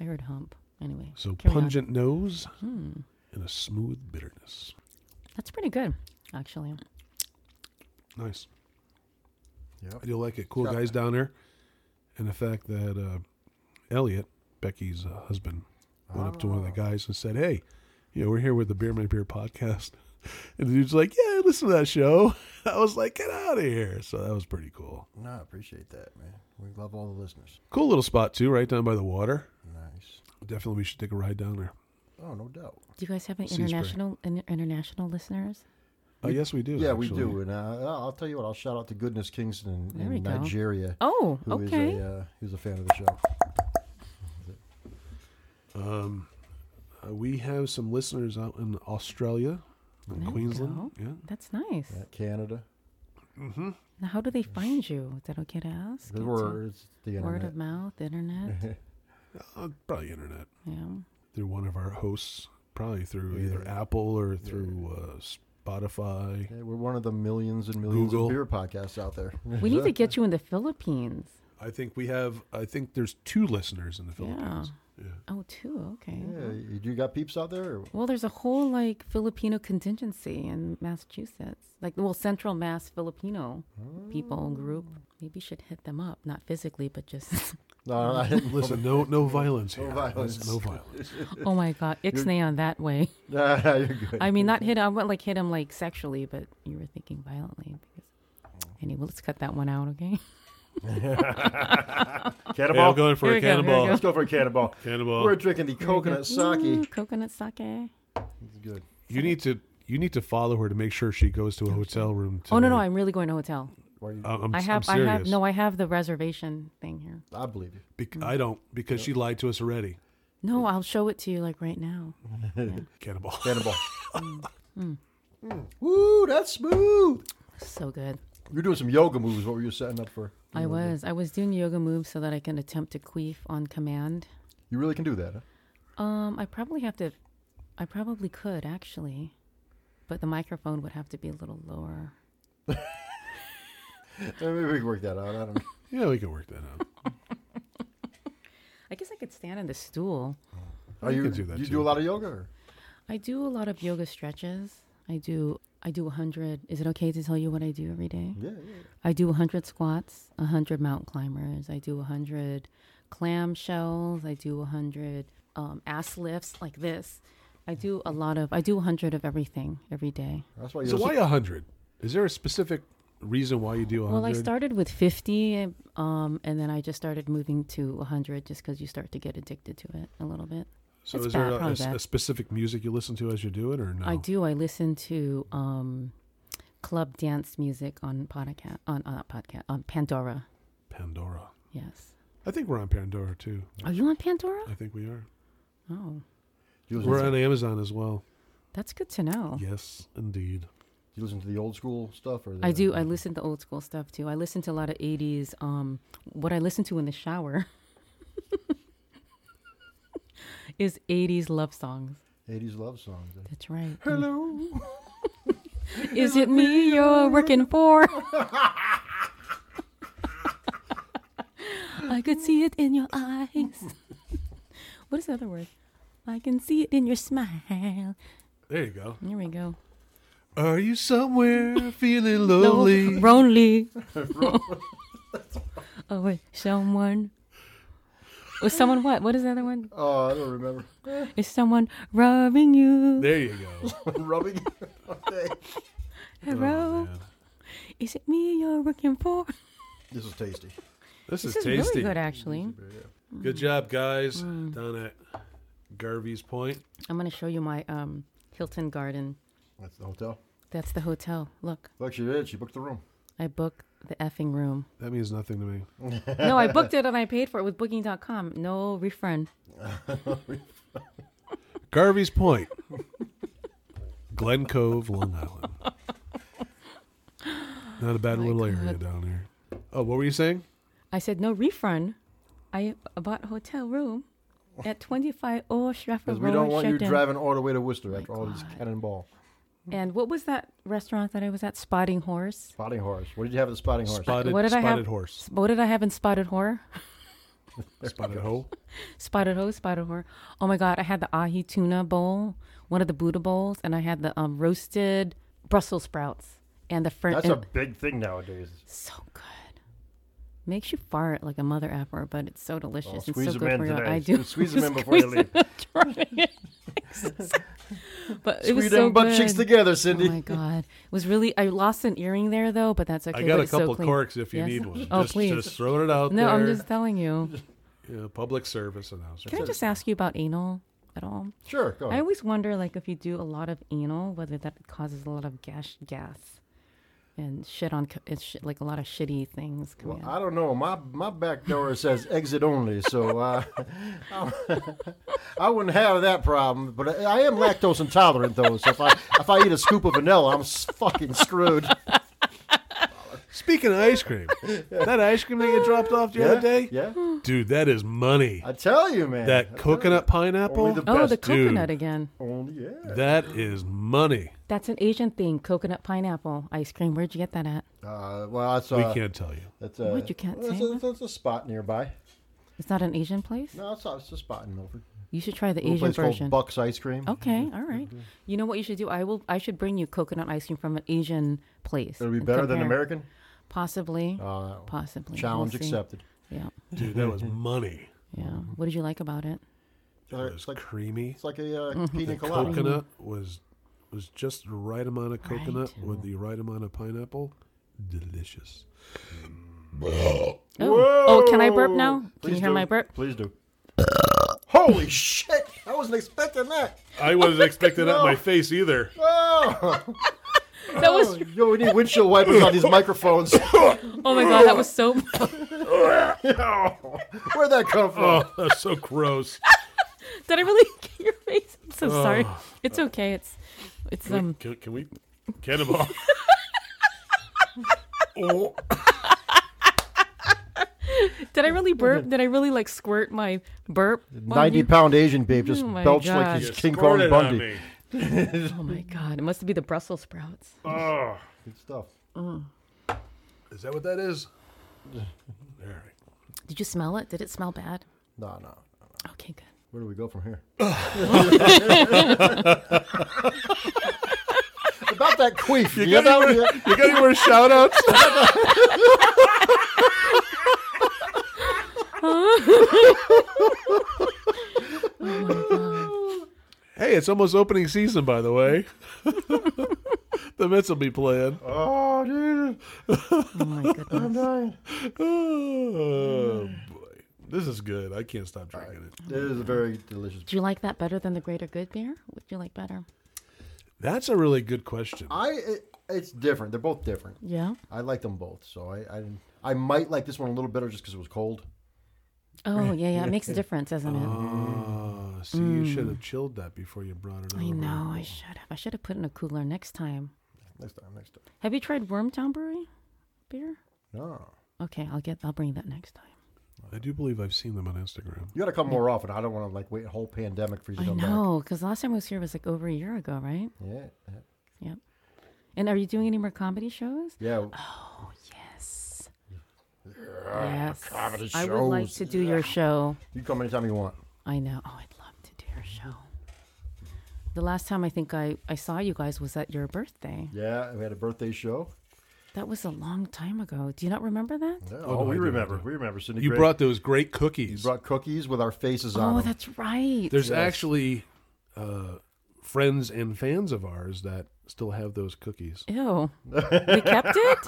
I heard hump. Anyway.
So
carry on. Hmm.
pungent nose and a smooth bitterness.
That's pretty good, actually.
Nice.
Yep.
I do like it. Cool guys down there, and the fact that uh, Elliot, Becky's uh, husband, went up to one of the
Ah.
guys and said, "Hey, you know, we're here with the Beer My Beer podcast," and the dude's like, "Yeah, I listen to that show." I was like, "Get out of here!" So that was pretty cool.
No, I appreciate that, man. We love all the listeners.
Cool little spot too, right down by the water.
Nice.
Definitely, we should take a ride down there.
Oh, no doubt.
Do you guys have any
Sea spray.
international in, international listeners?
Oh, yes, we do.
Yeah, we
actually.
do. And uh, I'll tell you what. I'll shout out to Goodness Kingston in,
There we
in
go.
Nigeria.
Oh,
who is
okay.
a uh, who's a fan of the show.
Uh, we have some listeners out in Australia, in
There we
Queensland.
go.
Yeah.
That's nice.
Yeah, Canada.
Now, how do they find you? Is that okay to ask?
The
It's a
word is the internet.
word of mouth, internet.
Uh, probably internet.
yeah.
through one of our hosts, probably through either Apple or through uh, Spotify.
Yeah, we're one of the millions and millions
Google.
of beer podcasts out there.
We need to get you in the Philippines.
I think we have. I think there's two listeners in the Philippines.
Oh, too. Okay.
yeah, you, you got peeps out there? Or,
Well, there's a whole like Filipino contingency in Massachusetts, like well, Central Mass Filipino
Oh.
people group. Maybe you should hit them up, not physically, but just.
no, no, I didn't
Listen, no, no violence here.
violence.
No violence.
oh my God, ixnay on that way.
Nah, you're good.
I mean, not hit. I went like hit him like sexually, but you were thinking violently. Because
Oh.
anyway, let's cut that one out, okay?
Cannonball.
going for
Here we go, here
a
we
cannonball.
go.
Let's go for a cannonball.
Cannonball.
We're drinking the coconut
Eh.
Ooh,
sake.
coconut sake.
It's good.
You need to. You need to follow her to make sure she goes to a hotel room.
Oh no, no,
tonight.
I'm really going to a hotel.
Why you-
I'm, I'm,
I have,
i
I have, no, I have the reservation thing here.
I believe you.
Bec- I don't because she lied to us already.
No, I'll show it to you like right now.
Cannonball.
Cannonball. Mm. Woo, that's smooth.
So good.
You're doing some yoga moves. What were you setting up for?
I was. I was doing yoga moves so that I can attempt to queef on command.
You really can do that, huh?
Um, I probably have to. I probably could actually, but the microphone would have to be a little lower.
Eh, Maybe we can work that out. I don't know.
Yeah, we can work that out.
I guess I could stand on the stool.
Are you,
can do that
you
too.
do a lot of yoga? Or?
I do a lot of yoga stretches. I do. I do 100. Is it okay to tell you what I do every day?
Yeah, yeah.
I do 100 squats, 100 mountain climbers. I do 100 clam shells. I do 100 um, ass lifts like this. I do a lot of. I do 100 of everything every day.
That's why you're
So why a hundred? Is there a specific reason why you do a hundred?
Well, I started with 50, um, and then I just started moving to 100 just because you start to get addicted to it a little bit.
So
it's
is there
bad,
a- a,
probably
s-
bad.
a specific music you listen to as you do it, or no?
I do. I listen to um, club dance music on podcast on on podcast on Pandora.
Pandora.
Yes.
I think we're on Pandora too.
Are you on Pandora?
I think we are.
Oh,
you listen,
We're
to,
on Amazon as well.
that's good to know.
Yes, indeed.
you listen to the old school stuff? Or the,
I do. I listen to old school stuff too. I listen to a lot of 80s. Um, what I listen to in the shower is 80s love songs.
80s love songs. eh?
That's right.
Hello.
Is it me you're working for? I could see it in your eyes. what is the other word? I can see it in your smile.
There you go.
There we go.
Are you somewhere feeling lonely?
Lonely. oh wait, someone. Was someone what? What is the other one?
Oh, I don't remember.
Is someone rubbing you?
There you go.
Rubbing. okay.
Hello,
Oh, Man.
is it me you're looking for?
This is tasty.
This,
This
is
is
tasty.
really good, Mm. actually.
Good job, guys. Down at Garvey's Point.
I'm gonna show you my um, Hilton Garden.
That's the hotel.
That's the hotel. Look,
Look, she did. She booked the room.
I booked the effing room.
That means nothing to me.
no, I booked it and I paid for it with Booking.com. No refund.
Garvey's Point, Glen Cove, Long Island. Not a
Oh
bad little area down here. Oh, what were you saying?
I said no refund. I bought hotel room at 25 Old Stratford
Because
Road.
we don't want you
Shepton.
driving all the way to Worcester after all this cannonball.
And what was that restaurant that I was at? Spotting Horse.
Spotting horse. What did you have at the spotting horse?
Spotted,
what did I
spotted
have?
horse.
What did I have in Spotted Horror?
Spotted hole.
Spotted Ho, Spotted Horror. Oh my God, I had the ahi tuna bowl, one of the Buddha bowls, and I had the um, roasted Brussels sprouts and the French.
That's a
and,
big thing nowadays.
so good. Makes you fart like a mother effer, but it's so delicious and
squeeze
so
'em
good
in
for you.
today.
I do.
Squeeze 'em in before you
Squeeze 'em in. but it was
Sweet
so
and butt cheeks
good.
together,
Oh my
Cindy.
god! It was really. I lost an earring there though, but that's okay.
I got
but
a
it's so
couple
clean.
corks if you
Yes.
need one.
Oh
just,
please!
Just throwing it out
no,
there.
I'm just telling you.
Yeah, public service announcement.
Can I just ask you about anal at all?
sure, go
I
ahead.
always wonder, like, if you do a lot of anal, whether that causes a lot of gas, gas, and shit on, co- it's shit, like a lot of shitty things coming out.
I don't know. My my back door says exit only, so uh, I wouldn't have that problem. But I, I am lactose intolerant, though. So if I if I eat a scoop of vanilla, I'm s- fucking screwed.
Speaking of ice cream, that ice cream that you dropped off the other day,
Yeah,
dude, that is money.
I tell you, man.
that coconut pineapple,
Only the-
Oh,
Best
the coconut
dude.
again.
only, Oh, yeah.
that is money.
That's an Asian thing. Coconut pineapple ice cream. Where'd you get that at?
Uh, well, that's uh,
We can't tell you.
That's, uh,
What, you can't
that's
say
a,
what?
that's a spot nearby.
It's not an Asian place.
No, it's, it's a spot in Milford.
You should try the
A
Asian
place
version. Oh,
called Mm-hmm. Buck's Ice Cream.
okay, all right. You know what you should do? I will. I should bring you coconut ice cream from an Asian place.
It'll be
and
better than
compare.
American.
Possibly.
Uh,
possibly. We'll
challenge
see.
accepted.
Yeah,
Dude, that was money.
yeah. What did you like about it?
It
It's
was
like
creamy.
it's like a uh,
Mm-hmm.
pina colada.
coconut was was just the right amount of coconut
Right.
with the right amount of pineapple. Delicious.
Oh, oh can I burp now? Can you hear
do.
my burp?
Please do. Holy shit! I wasn't expecting that.
I wasn't expecting
that in my
face either.
Oh,
That was
yo, we need windshield wipers on these microphones.
Oh my god, that was so.
Where'd that come from?
Oh, that's so gross.
Did I really get your face? I'm so sorry. It's okay. It's, it's um.
Can, can we cannibal? oh,
Did I really burp? Did I really like squirt my burp? on
Ninety
you?
pound Asian babe just
Oh my
belched
God.
like he's
You
King Kong Bundy.
Oh my god, it must be the Brussels sprouts.
Oh,
Good stuff.
Is that what that is? All right.
Did you smell it? Did it smell bad?
No, no.
Okay, good.
Where do we go from here? About that queef. You
got
know?
anywhere- You got any more shout outs? hey, it's almost opening season, by the way. the Mets will be playing.
Oh, dude.
Oh my goodness.
It
Oh,
Mm.
boy. This is good. I can't stop drinking it.
is a very delicious.
Do you like that better than the Greater Good beer? What do you like better?
That's a really good question.
I. It, it's different. They're both different.
Yeah.
I like them both, so I I, didn't- I might like this one a little better just because it was cold.
Oh yeah, yeah. It makes a difference, doesn't it?
Oh, see, you
mm.
should have chilled that before you brought it over.
I know. I should have. I should have put in a cooler next time.
Next time, next time.
Have you tried Wormtown Brewery beer?
No,
Okay, I'll get. I'll bring that next time.
I do believe I've seen them on Instagram.
you got to come more often. I don't want to like wait a whole pandemic for you to
I
come
know, because last time I was here was like over a year ago, right?
back. Yeah, yeah.
Yep. And are you doing any more comedy shows?
yeah.
Yes. Yes.
Oh,
I would like
shows.
to do your show.
You come anytime you want.
I know. Oh, I'd love to do your show. The last time I think I, I saw you guys was at your birthday.
Yeah, we had a birthday show.
That was a long time ago. Do you not remember that?
Yeah,
no,
oh,
I
we
do, I
remember.
do.
We remember Cindy.
You
Gray.
brought those great cookies.
brought cookies with our faces on.
Oh,
them.
that's right.
There's
Yes.
actually uh, friends and fans of ours that still have those cookies.
Ew. we kept it?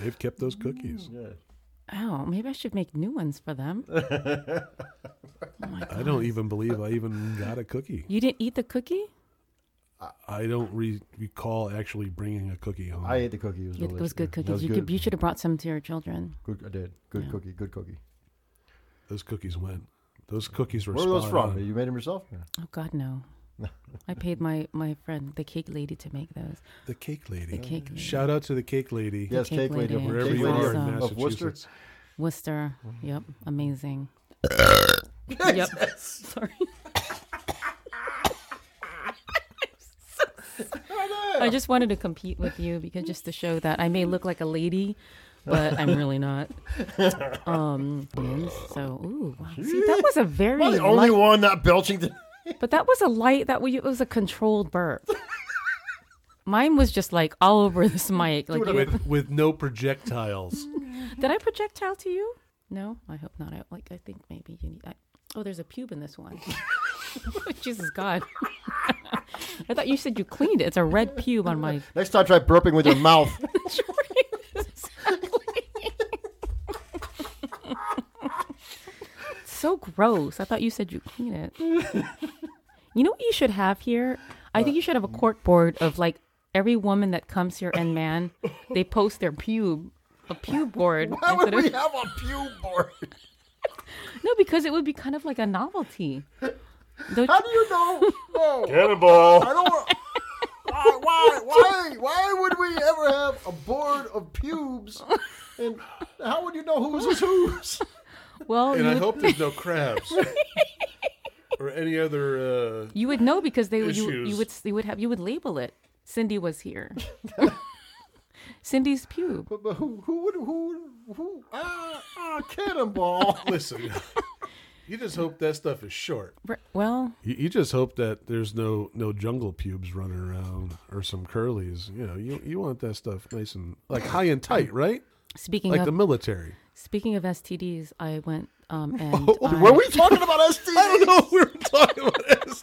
They've kept those
Mm.
cookies.
Oh, maybe I should make new ones for them.
I don't even believe I even got a cookie.
You didn't eat the cookie?
I don't re- recall actually bringing a cookie home.
I ate the cookie. It was,
It
delicious.
was good
That
cookies.
was
you
good.
could, you should have brought some to your children.
Good, I did. Good cookie. Good cookie.
those cookies went. Those cookies were.
Where were those from?
spot on.
You made them yourself?
Oh God, no. I paid my my friend, the cake lady, to make those.
The cake lady.
cake lady.
Shout out to the cake lady.
Yes,
Cake
cake
lady.
lady. of-
Wherever
cake
you
lady
are in
Awesome.
of Worcester.
Massachusetts.
Worcester. Yep, amazing. yep. Sorry. I just wanted to compete with you because just to show that I may look like a lady, but I'm really not. Um, so ooh, wow. see that was a very
Am I the only
light-
one not belching? The-
But that was a light that we it was a controlled burp. Mine was just like all over this mic. Like you-
With, with no projectiles.
did I projectile to you? No, I hope not. I like I think maybe you need. I, oh, there's a pube in this one. Jesus God! I thought you said you cleaned it. It's a red pube on my.
Next time, try burping with your mouth.
so gross. I thought you said you clean it. you know what you should have here? I think you should have a court board of like every woman that comes here and man, they post their pube, a pube board.
Why would
instead of-
we have a pew board?
no, because it would be kind of like a novelty. Don't
How do you know? Oh, I
Cannonball.
don't. Why, why, why, why would we ever have a board of pubes? And how would you know whose is whose?
well, you
and I
would,
hope there's no crabs or any other. Uh,
you would know because they would- you, would- you
Issues.
would you would have you would label it. Cindy was here. Cindy's pube.
But, but who, who would, who, would- who? Ah, ah, cannonball.
uh, listen, you just hope that stuff is short.
Re- Well,
You, you just hope that there's no no jungle pubes running around or some curlies. You know, you you want that stuff nice and like high and tight, right?
speaking
Like
of
the military.
speaking of STDs, I went um and
Oh,
I-
Were we talking about STDs? I don't know.
we were talking about
Who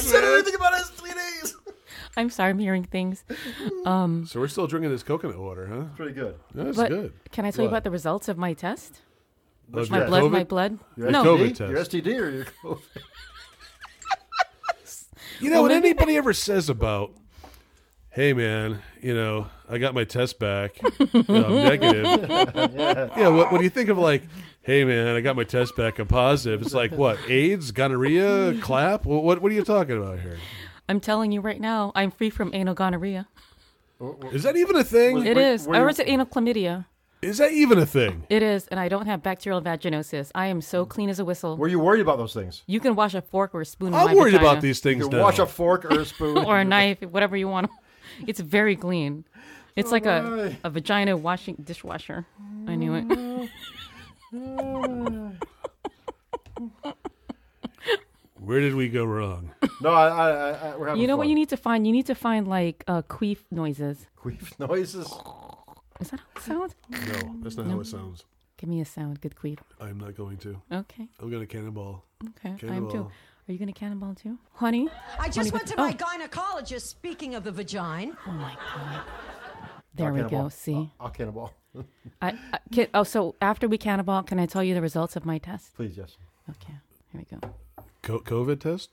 said
STDs.
anything about STDs?
I'm sorry, I'm hearing things.
So we're still drinking this coconut water, huh?
Pretty good.
That's
But
good.
can I tell you
What?
about the results of my test?
Of
My
your
blood, my
COVID?
blood.
Your
no,
COVID.
STD? Your
test.
STD or your COVID?
You know, what anybody ever says about, hey man, you know, I got my test back, you know, I'm negative. yeah, what, what do you think of like, hey man, I got my test back, I'm positive? It's like what, AIDS, gonorrhea, clap? What what, what are you talking about here?
I'm telling you right now, I'm free from anal gonorrhea.
Is that even a thing?
It
Wait,
is,
were
or
you-
is it anal chlamydia?
Is that even a thing?
It is, and I don't have bacterial vaginosis. I am so clean as a whistle.
Were you worried about those things?
You can wash a fork or a spoon. in my
I'm worried
vagina.
about these things
You
now.
wash a fork or a spoon.
or a knife, whatever you want. It's very clean. It's like a,
Alright. Mm.
a vagina washing dishwasher. I knew it.
Where did we go wrong?
No, I, I, I, I we're having
You know what
fun.
you need to find? You need to find like uh, queef noises.
Queef noises.
Is that how it sounds?
No, that's not how it sounds.
Give me a sound, good queef.
I'm not going to.
Okay,
I'm gonna cannonball.
okay, I'm too.
Cannonball.
Are you gonna cannonball too, honey?
I just went to
oh.
my gynecologist, speaking of the vagina.
There we go.
cannonball.
See,
I'll cannonball.
I, I can, oh, so after we cannonball, can I tell you the results of my test?
Please, yes.
Okay, here we go.
Co- COVID test?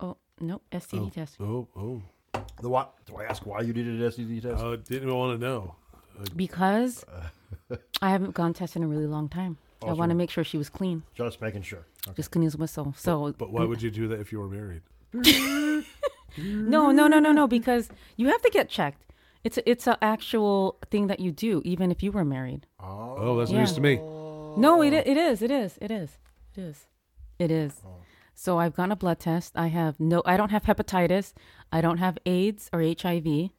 Oh no, STD test
Oh, oh.
The what? Do I ask why you needed an STD test?
I didn't want to know.
because I haven't gone test in a really long time. I want to make sure she was clean.
Just making sure.
Just clean as a whistle. So
But why would you do that if you were married?
No, no, no,
Mm.
no, no. Because you have to get checked. It's a, it's an actual thing that you do, even if you were married.
Oh, that's news
Yeah.
to me.
No,
Oh.
it i- it is, it is, it is, it is, it is.
Oh.
So I've gotten a blood test. I have no. I don't have hepatitis. I don't have AIDS or HIV.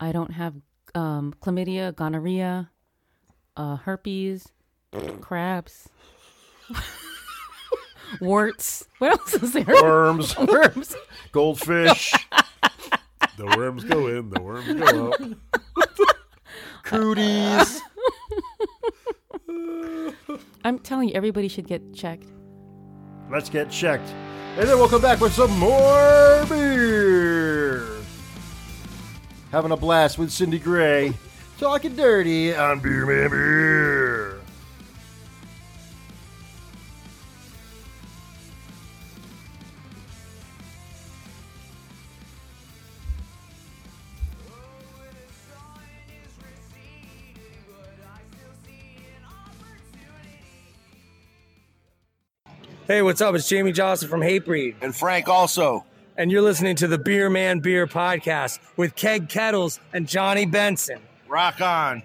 I don't have um, chlamydia, gonorrhea, uh, herpes, crabs. warts. What else is there?
Worms,
Worms.
goldfish,
The worms go in, the worms go out.
Cooties.
I'm telling you, everybody should get checked.
Let's get checked.
And then we'll come back with some more beer. Having a blast with Cindy Gray, talking dirty on Beer Man Beer.
Hey, what's up? It's Jamie Johnson from Hatebreed,
and Frank also.
and you're listening to the Beer Man Beer Podcast with Keg Kettles and Johnny Benson.
Rock on.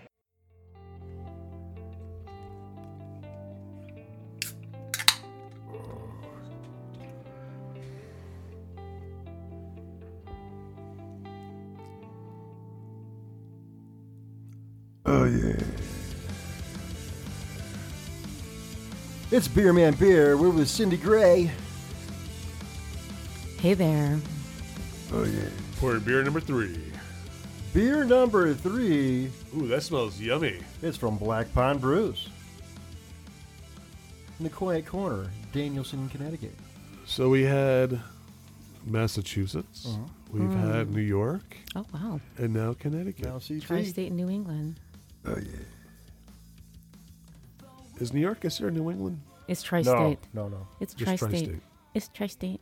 It's Beer Man Beer. We're with Cindy Gray.
Hey there.
Pour beer number three.
Beer number three
Ooh, that smells yummy.
is from Black Pond Brews. In the quiet corner, Danielson, Connecticut.
So we had Massachusetts, we've had New York,
Oh wow.
and now Connecticut.
Now, CT.
Tri-state New England.
Is New York considered New England?
It's tri-state.
No, no, no.
It's
Just
tri-state.
tri-state.
It's tri-state.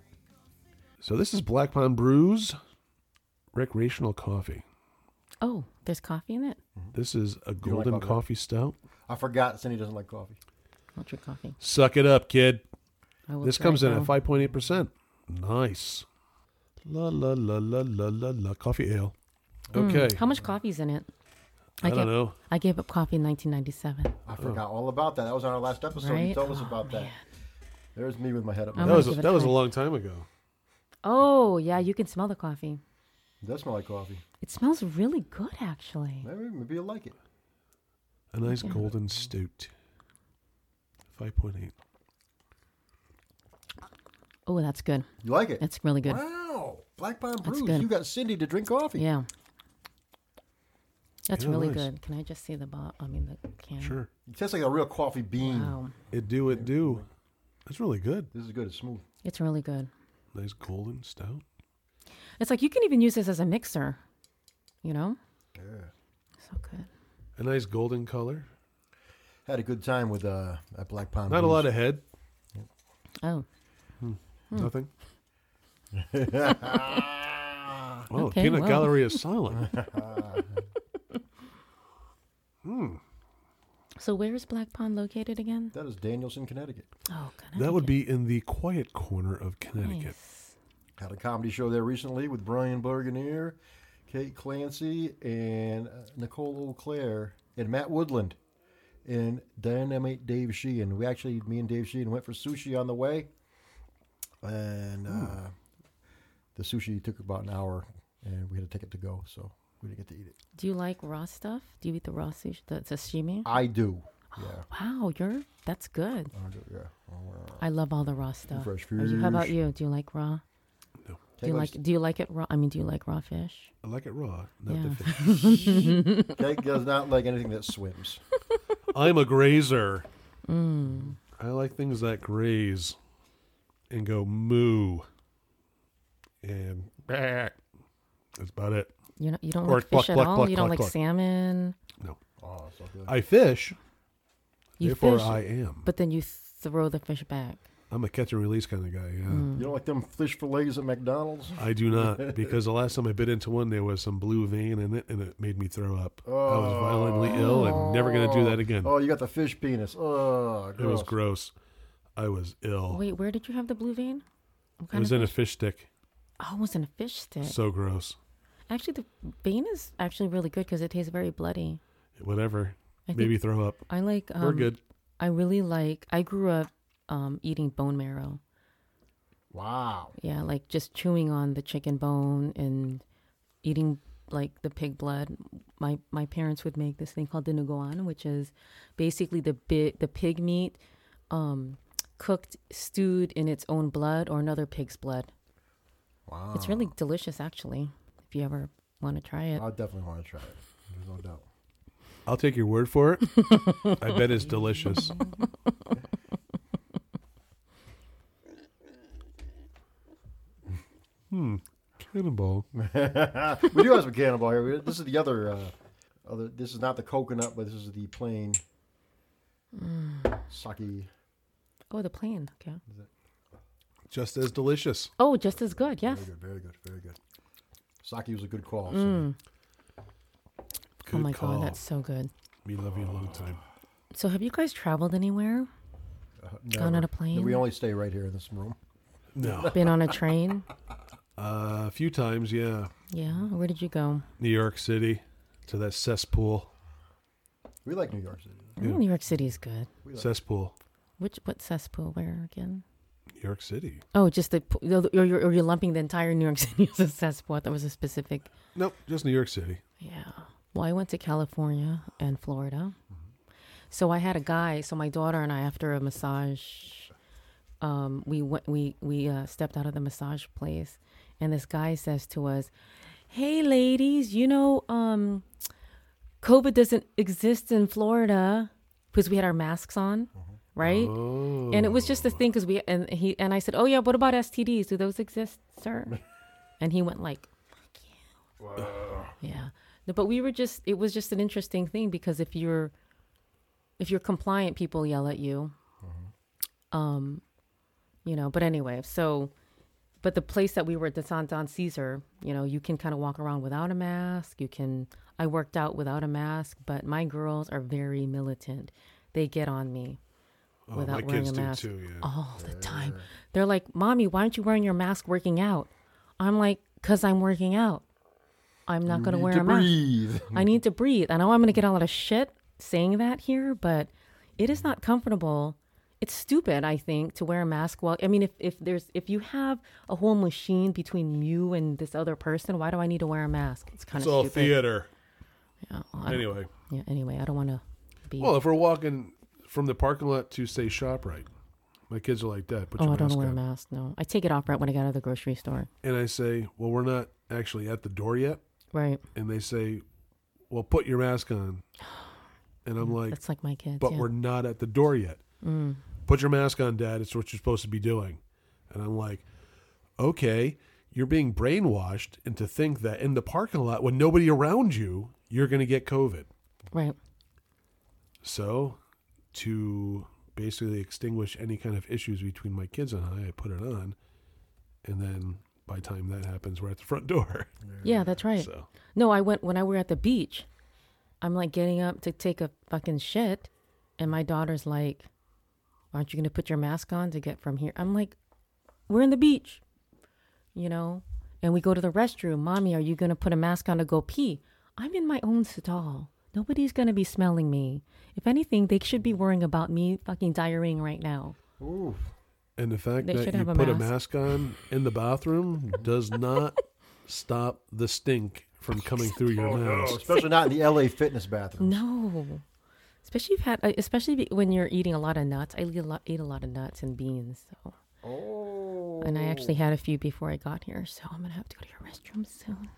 So this is Black Pond Brews recreational coffee.
Oh, there's coffee in it.
This is a
like
golden
coffee?
coffee stout.
I forgot Cindy doesn't like coffee.
I'll drink coffee.
Suck it up, kid.
I will
This
try
comes in
now.
at 5.8%. Nice. La la la la la la la coffee ale. Okay.
Mm. How much coffee's in it?
I don't
gave,
know.
I gave up coffee in 1997.
I forgot all about that. That was on our last episode. You
Right?
told us
Oh,
about that.
man.
There's me with my head up.
I'm
my
That
gonna
ass.
was
give it
a,
a
that was a
try.
long time ago.
Oh yeah, you can smell the coffee.
Does smell like coffee.
It smells really good, actually.
Maybe, maybe you'll like it.
A nice golden stout. 5.8.
Oh, that's good.
You like it?
That's really good.
Wow. Black Pond
That's
Brews.
good.
You got Cindy to drink coffee.
Yeah. That's
Yeah,
really
nice.
good. Can I just see the bot? I mean the can.
Sure.
It tastes like a real coffee bean.
Wow,
It do it do. That's really good.
This is good. It's smooth.
it's really good.
Nice golden stout.
It's like you can even use this as a mixer. You know. Yeah. So good.
A nice golden color.
Had a good time with uh, at Black Pond.
Not a lot of head.
Oh, Hmm.
Nothing. oh,
Okay,
peanut
well.
gallery is silent.
so where is Black Pond located again?
That is Danielson, Connecticut.
Oh,
that would be in the quiet corner of Connecticut.
Had a comedy show there recently with Brian Burganier, Kate Clancy, and uh, Nicole O'Clair, and Matt Woodland, and Dynamite Dave Sheehan. We actually, me and Dave Sheehan went for sushi on the way, and
Hmm.
uh, the sushi took about an hour, and we had a ticket to go, so we didn't get to eat it.
Do you like raw stuff? Do you eat the raw sushi, the sashimi?
Uh,
I do. Yeah,
Wow, you're that's good.
I do, yeah.
I love all the raw stuff.
Fresh
Are you- How about
fish.
you? Do you like raw? Do you like Do you like it raw? I mean, do you like raw fish?
I like it raw. Not
Yeah.
the fish.
Kate does not like anything that swims.
I'm a grazer. I like things that graze and go moo and bah. That's about it.
You know, you don't
Or
like
cluck,
fish at
cluck,
all.
cluck,
you don't like
cluck, cluck.
salmon.
No.
Oh, so good.
I fish,
You
therefore
fish,
I am.
but then you throw the fish back.
I'm a catch and release kind of guy. Yeah.
Hmm.
You don't like them fish fillets at McDonald's?
I do not because the last time I bit into one, there was some blue vein in it, and it made me throw up. I was violently ill and never going to do that again.
Oh, you got the fish penis. Oh,
it was
gross.
gross. I was ill.
Wait, where did you have the blue vein? What
it
kind
was
of
in a fish stick.
Oh, it was in a fish stick.
So gross.
actually, the vein is actually really good because it tastes very bloody.
Whatever.
I think-
Maybe throw up.
I like. Um,
We're good.
I really like. I grew up um, eating bone marrow.
Wow.
Yeah, like just chewing on the chicken bone and eating like the pig blood. My my parents would make this thing called dinuguan, which is basically the big the pig meat um, cooked, stewed in its own blood or another pig's blood. Wow. It's really delicious, actually, if you ever want to try
Uh,
it.
I definitely want to try it. There's no doubt.
I'll take your word for it. I bet it's delicious. hmm. Cannonball.
We do have some cannonball here. We- This is the other, uh, other. This is not the coconut, but this is the plain Mm. sake.
Oh, the plain. Okay.
Just as delicious.
Oh, just as good. Yes.
Good, very good, very good. Mm. Sake was a good call. so-
Good
Oh my
call.
god, that's so good.
We love you a long time.
So, have you guys traveled anywhere? Gone on a plane?
We only stay right here in this room.
No.
Been on a train?
Uh, a few times, yeah.
Yeah. Where did you go?
New York City to that cesspool.
We like New York City.
Oh, New York City is good.
Cesspool.
Which what cesspool? Where again?
New York City.
Oh, just the p- the- or you're, or you're lumping the entire New York City as a cesspool. That was a specific.
Nope, just New York City.
Yeah. Well, I went to California and Florida. So I had a guy. So my daughter and I, after a massage, um, we went, we we uh, stepped out of the massage place, and this guy says to us, "Hey, ladies, you know, um, COVID doesn't exist in Florida because we had our masks on, right? And it was just a thing because we and he and I said, "Oh yeah, what about STDs? Do those exist, sir?" and he went like. Yeah. No, but we were just it was just an interesting thing because if you're if you're compliant people yell at you.
Mm-hmm.
Um you know, but anyway, so but the place that we were at the San Don Caesar, you know, you can kind of walk around without a mask. You can I worked out without a mask, but my girls are very militant. They get on me
Oh,
without
my
wearing
kids
a
do
mask Oh,
too, yeah.
all the time. They're like, "Mommy, why aren't you wearing your mask working out?" I'm like, "Cause I'm working out. I'm not going to wear
to
a mask."
breathe.
I need to breathe. I know I'm going to get a lot of shit saying that here, but it is not comfortable. It's stupid, I think, to wear a mask while I mean if, if there's if you have a whole machine between you and this other person, why do I need to wear a mask? It's kind
It's
of
all
stupid.
theater.
Yeah, well, I don't-
Anyway.
Yeah, anyway, I don't want to be
Well, if we're walking from the parking lot to say ShopRite, my kids are like, Dad, put
Oh,
your
I don't
mask
wear a
on."
mask. No. I take it off right when I get out of the grocery store.
And I say, Well, we're not actually at the door yet.
Right.
And they say, Well, put your mask on. And I'm like,
Mm, That's like my kids.
But
yeah.
we're not at the door yet.
Mm.
Put your mask on, Dad. It's what you're supposed to be doing. And I'm like, Okay, you're being brainwashed into think that in the parking lot when nobody around you, you're going to get COVID.
right.
So, to basically extinguish any kind of issues between my kids and I, I put it on, and then by the time that happens, we're at the front door.
Yeah, that's right.
So,
No, I went when I were at the beach. I'm like getting up to take a fucking shit, and my daughter's like, "Aren't you gonna put your mask on to get from here?" I'm like, "We're in the beach, you know." And we go to the restroom. Mommy, are you gonna put a mask on to go pee? I'm in my own stall. Nobody's gonna be smelling me. If anything, they should be worrying about me fucking diarrheaing right now.
Ooh,
and the fact
They
that
should
you
have a
put a
mask.
mask on in the bathroom does not stop the stink from coming through your nose.
especially not in the LA fitness bathroom.
No, especially if had, especially when you're eating a lot of nuts. I eat a lot, eat a lot of nuts and beans. So.
Oh,
And I actually had a few before I got here, so I'm gonna have to go to your restroom soon.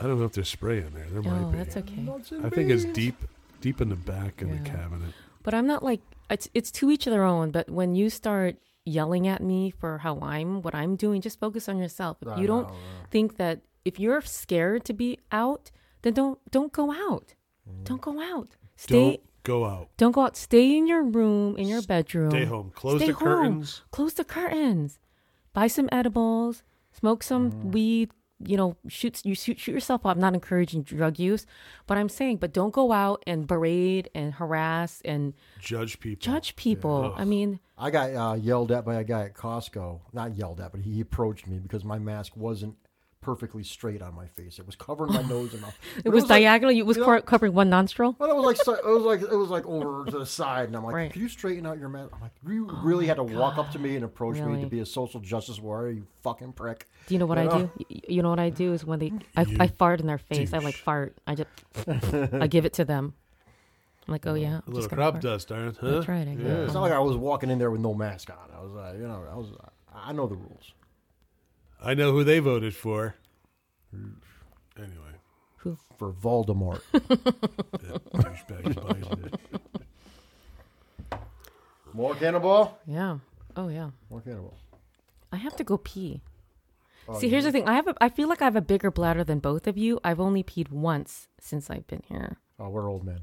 I don't know if there's spray in there. There
Oh,
might be.
that's okay.
I think it's deep, deep in the back in the
Yeah.
cabinet.
But I'm not like it's it's to each their own. But when you start yelling at me for how I'm what I'm doing, just focus on yourself. If you don't think that if you're scared to be out, then don't don't go out. Don't go out. Stay.
Don't go out.
Don't go out. Stay in your room, in your bedroom.
Stay home. Close
Stay
the
home.
curtains.
Close the curtains. Buy some edibles. Smoke some
Mm.
weed. You know, shoot you shoot shoot yourself up. I'm not encouraging drug use, but I'm saying, but don't go out and berate and harass and
Judge people.
judge people. I mean,
I got uh, yelled at by a guy at Costco. Not yelled at, but he approached me because my mask wasn't perfectly straight on my face. It was covering my nose and mouth. But
it was,
like-
diagonal. It was
you know-
cor- covering one nostril.
Well, it was like so- it was like it was like over to the side, and I'm like,
Right. Oh
"Can you straighten out your mask?" I'm like, "You really had to walk up to me and approach me
Really?
to be a social justice warrior, you fucking prick."
Do you know what I do? Y- You know what I do is when they I, I fart in their face. I like fart. I just I give it to them. I'm like, oh yeah,
A little crop dust, aren't huh?
That's right. I
Yeah.
guess.
It's not like I was walking in there with no mask on. I was, uh, you know, I was, I know the rules.
I know who they voted for. Anyway,
For Voldemort,
that douchebag Biden.
more cannonball,
Yeah. Oh yeah.
more cannonball.
I have to go pee. See, here's the thing. I have a, I feel like I have a bigger bladder than both of you. I've only peed once since I've been here.
Oh, we're old men.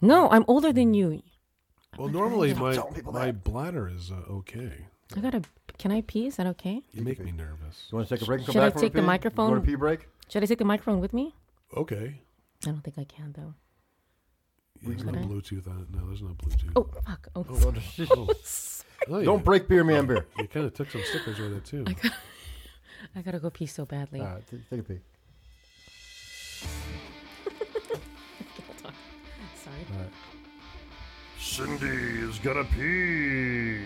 No, I'm older than you.
Well, normally my my bladder is uh, okay.
I gotta. Can I pee? Is that okay?
You make me nervous.
You want to take a break? And come
Should I
back from a
take the
pee?
microphone?
You want a pee break?
Should I take the microphone with me?
Okay.
I don't think I can though.
There's no
Okay.
Bluetooth on it. No, there's no Bluetooth.
Oh fuck. Oh,
Oh, yeah.
Don't break beer, man, beer.
You kind of took some stickers with it too.
I gotta go pee so badly.
All right, t- take a pee.
Sorry.
Cindy is gonna pee.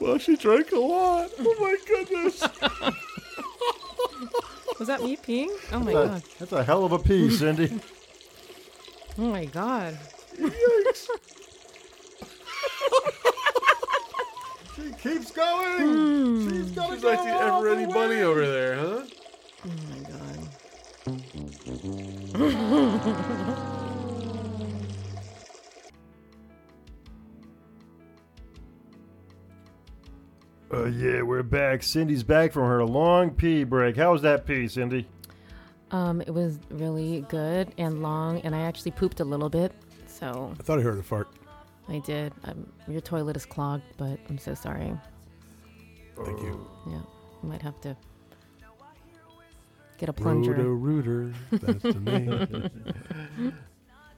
Well, she drank a lot. Oh my goodness.
Was that me peeing? Oh my
That-
god.
that's a hell of a pee, Cindy.
Oh my god.
she keeps going. She's gonna
She's
go
like the
all
ever
the
ready bunny
way.
over there, huh?
Oh my god.
Oh yeah, we're back. Cindy's back from her long pee break. How was that pee, Cindy?
Um, it was really good and long, and I actually pooped a little bit. So
I thought I heard a fart.
I did. Um, your toilet is clogged, but I'm so sorry.
Thank you.
Yeah, you might have to get a plunger.
Roto Rooter. That's the name.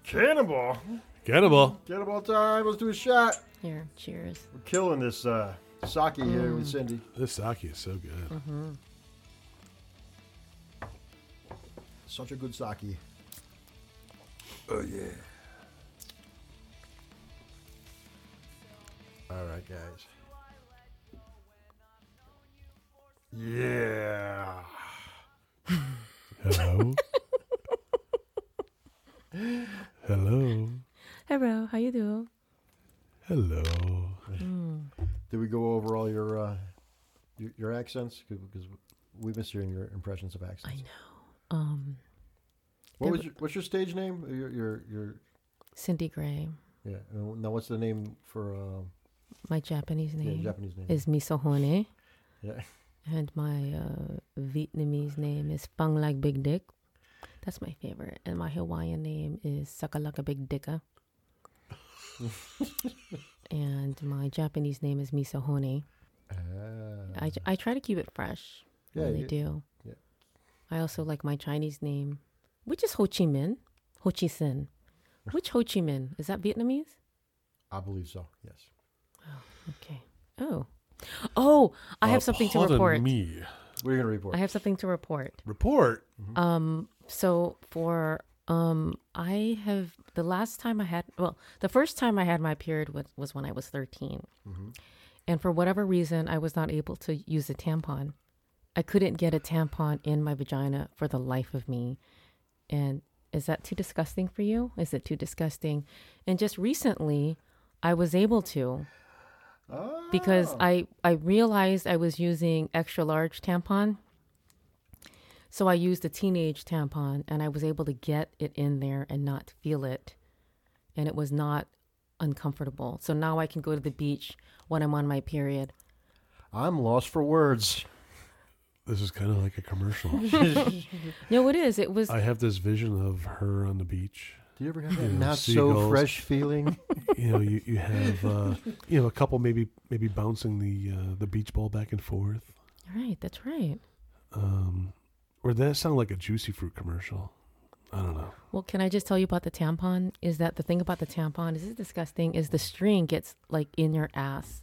Cannonball.
Cannibal.
Cannonball time. Let's do a shot.
Here, cheers.
We're
Killing this uh, sake here with Cindy.
This sake is so good.
Such a good sake.
Oh yeah.
All right, guys.
Yeah.
Hello. Hello.
Hey, bro, how you doing?
Hello.
Did we go over all your uh, your, your accents? Because we've been hearing your impressions of accents. I know.
Um,
What
There
was
w-
your, what's your stage name? Your your, your
Cindy Gray.
yeah. uh, Now what's the name for um,
My Japanese
yeah,
name
Japanese name?
is Misohone,
yeah.
and my uh, Vietnamese name is Pang Like Big Dick. That's my favorite, and my Hawaiian name is Sakalaka Big Dicka. and my Japanese name is Misohone.
Ah.
I, j- I try to keep it fresh.
Yeah,
really
you-
do.
yeah.
I also like my Chinese name, which is Ho Chi Minh. Ho Chi Sin. Which Ho Chi Minh? Is that Vietnamese?
I believe so. Yes.
Okay. Oh. Oh, I have something to
Pardon
report.
Me.
What are you gonna report?
I have something to report.
Report.
Um, So for um I have the last time I had well, the first time I had my period was, was when I was 13. And for whatever reason, I was not able to use a tampon. I couldn't get a tampon in my vagina for the life of me. And is that too disgusting for you? Is it too disgusting? And just recently, I was able to because I I realized I was using extra large tampon. So I used a teenage tampon and I was able to get it in there and not feel it. And it was not uncomfortable. So now I can go to the beach when I'm on my period.
I'm lost for words.
This is kind of like a commercial.
No, it is. It was
I have this vision of her on the beach.
Do you ever have that
Yeah,
not so
seagulls.
fresh feeling?
You know, you, you have uh, you know a couple maybe maybe bouncing the uh, the beach ball back and forth. Um,
You're right. That's right.
Or that sound like a juicy fruit commercial. I don't know.
Well, can I just tell you about the tampon? Is that the thing about the tampon? Is this disgusting? Is the string gets like in your ass,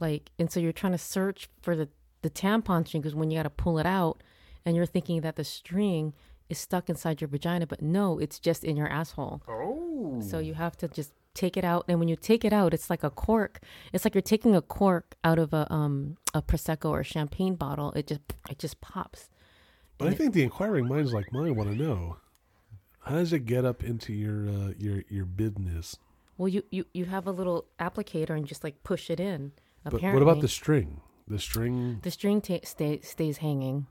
like, and so you're trying to search for the the tampon string because when you got to pull it out, and you're thinking that the string is stuck inside your vagina, but no, it's just in your asshole. Oh. So you have to just take it out, and when you take it out, it's like a cork. It's like you're taking a cork out of a um a prosecco or champagne bottle. It just it just pops.
But I think the inquiring minds like mine want to know how does it get up into your uh, your your business?
Well, you, you, you have a little applicator and just like push it in.
But
Apparently,
what about the string? The string
the string ta- stay, stays hanging?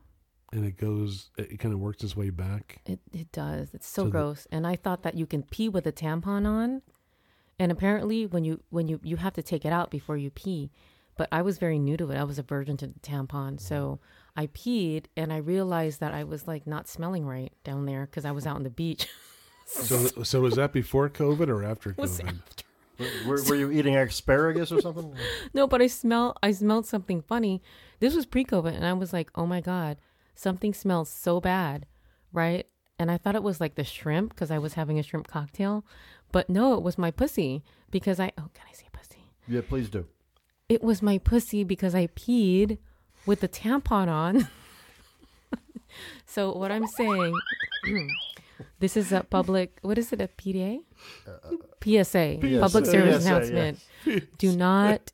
and it goes. It kind of works its way back.
It it does. It's so, gross. and I thought that you can pee with a tampon on, and apparently when you when you you have to take it out before you pee. But I was very new to it. I was a virgin to the tampon, so I peed and I realized that I was like not smelling right down there because I was out on the beach.
So so was that before COVID or after
Was
COVID?
Were, were you eating asparagus or something?
No, but I smell I smelled something funny. This was pre-COVID and I was like, "Oh my god, something smells so bad." Right? And I thought it was like the shrimp cuz I was having a shrimp cocktail, but no, it was my pussy because I Oh, can I say pussy?
yeah, please do.
It was my pussy because I peed with the tampon on. so what I'm saying This is a public, what is it, a PDA? PSA, Public
PSA,
Service
yes.
Announcement. Do not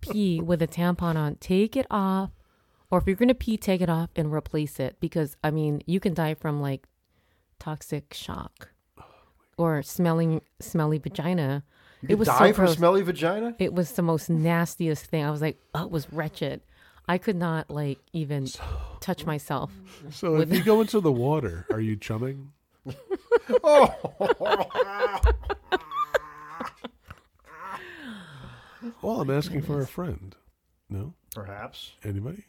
pee with a tampon on. Take it off. Or if you're going to pee, take it off and replace it. Because, I mean, you can die from like toxic shock or smelling smelly vagina. it was
Die
so
from
gross.
smelly vagina?
it was the most nastiest thing. I was like, oh, it was wretched. I could not like even touch myself.
So if you go into the water, are you chumming? oh. well, I'm asking for a friend. No,
Perhaps.
anybody?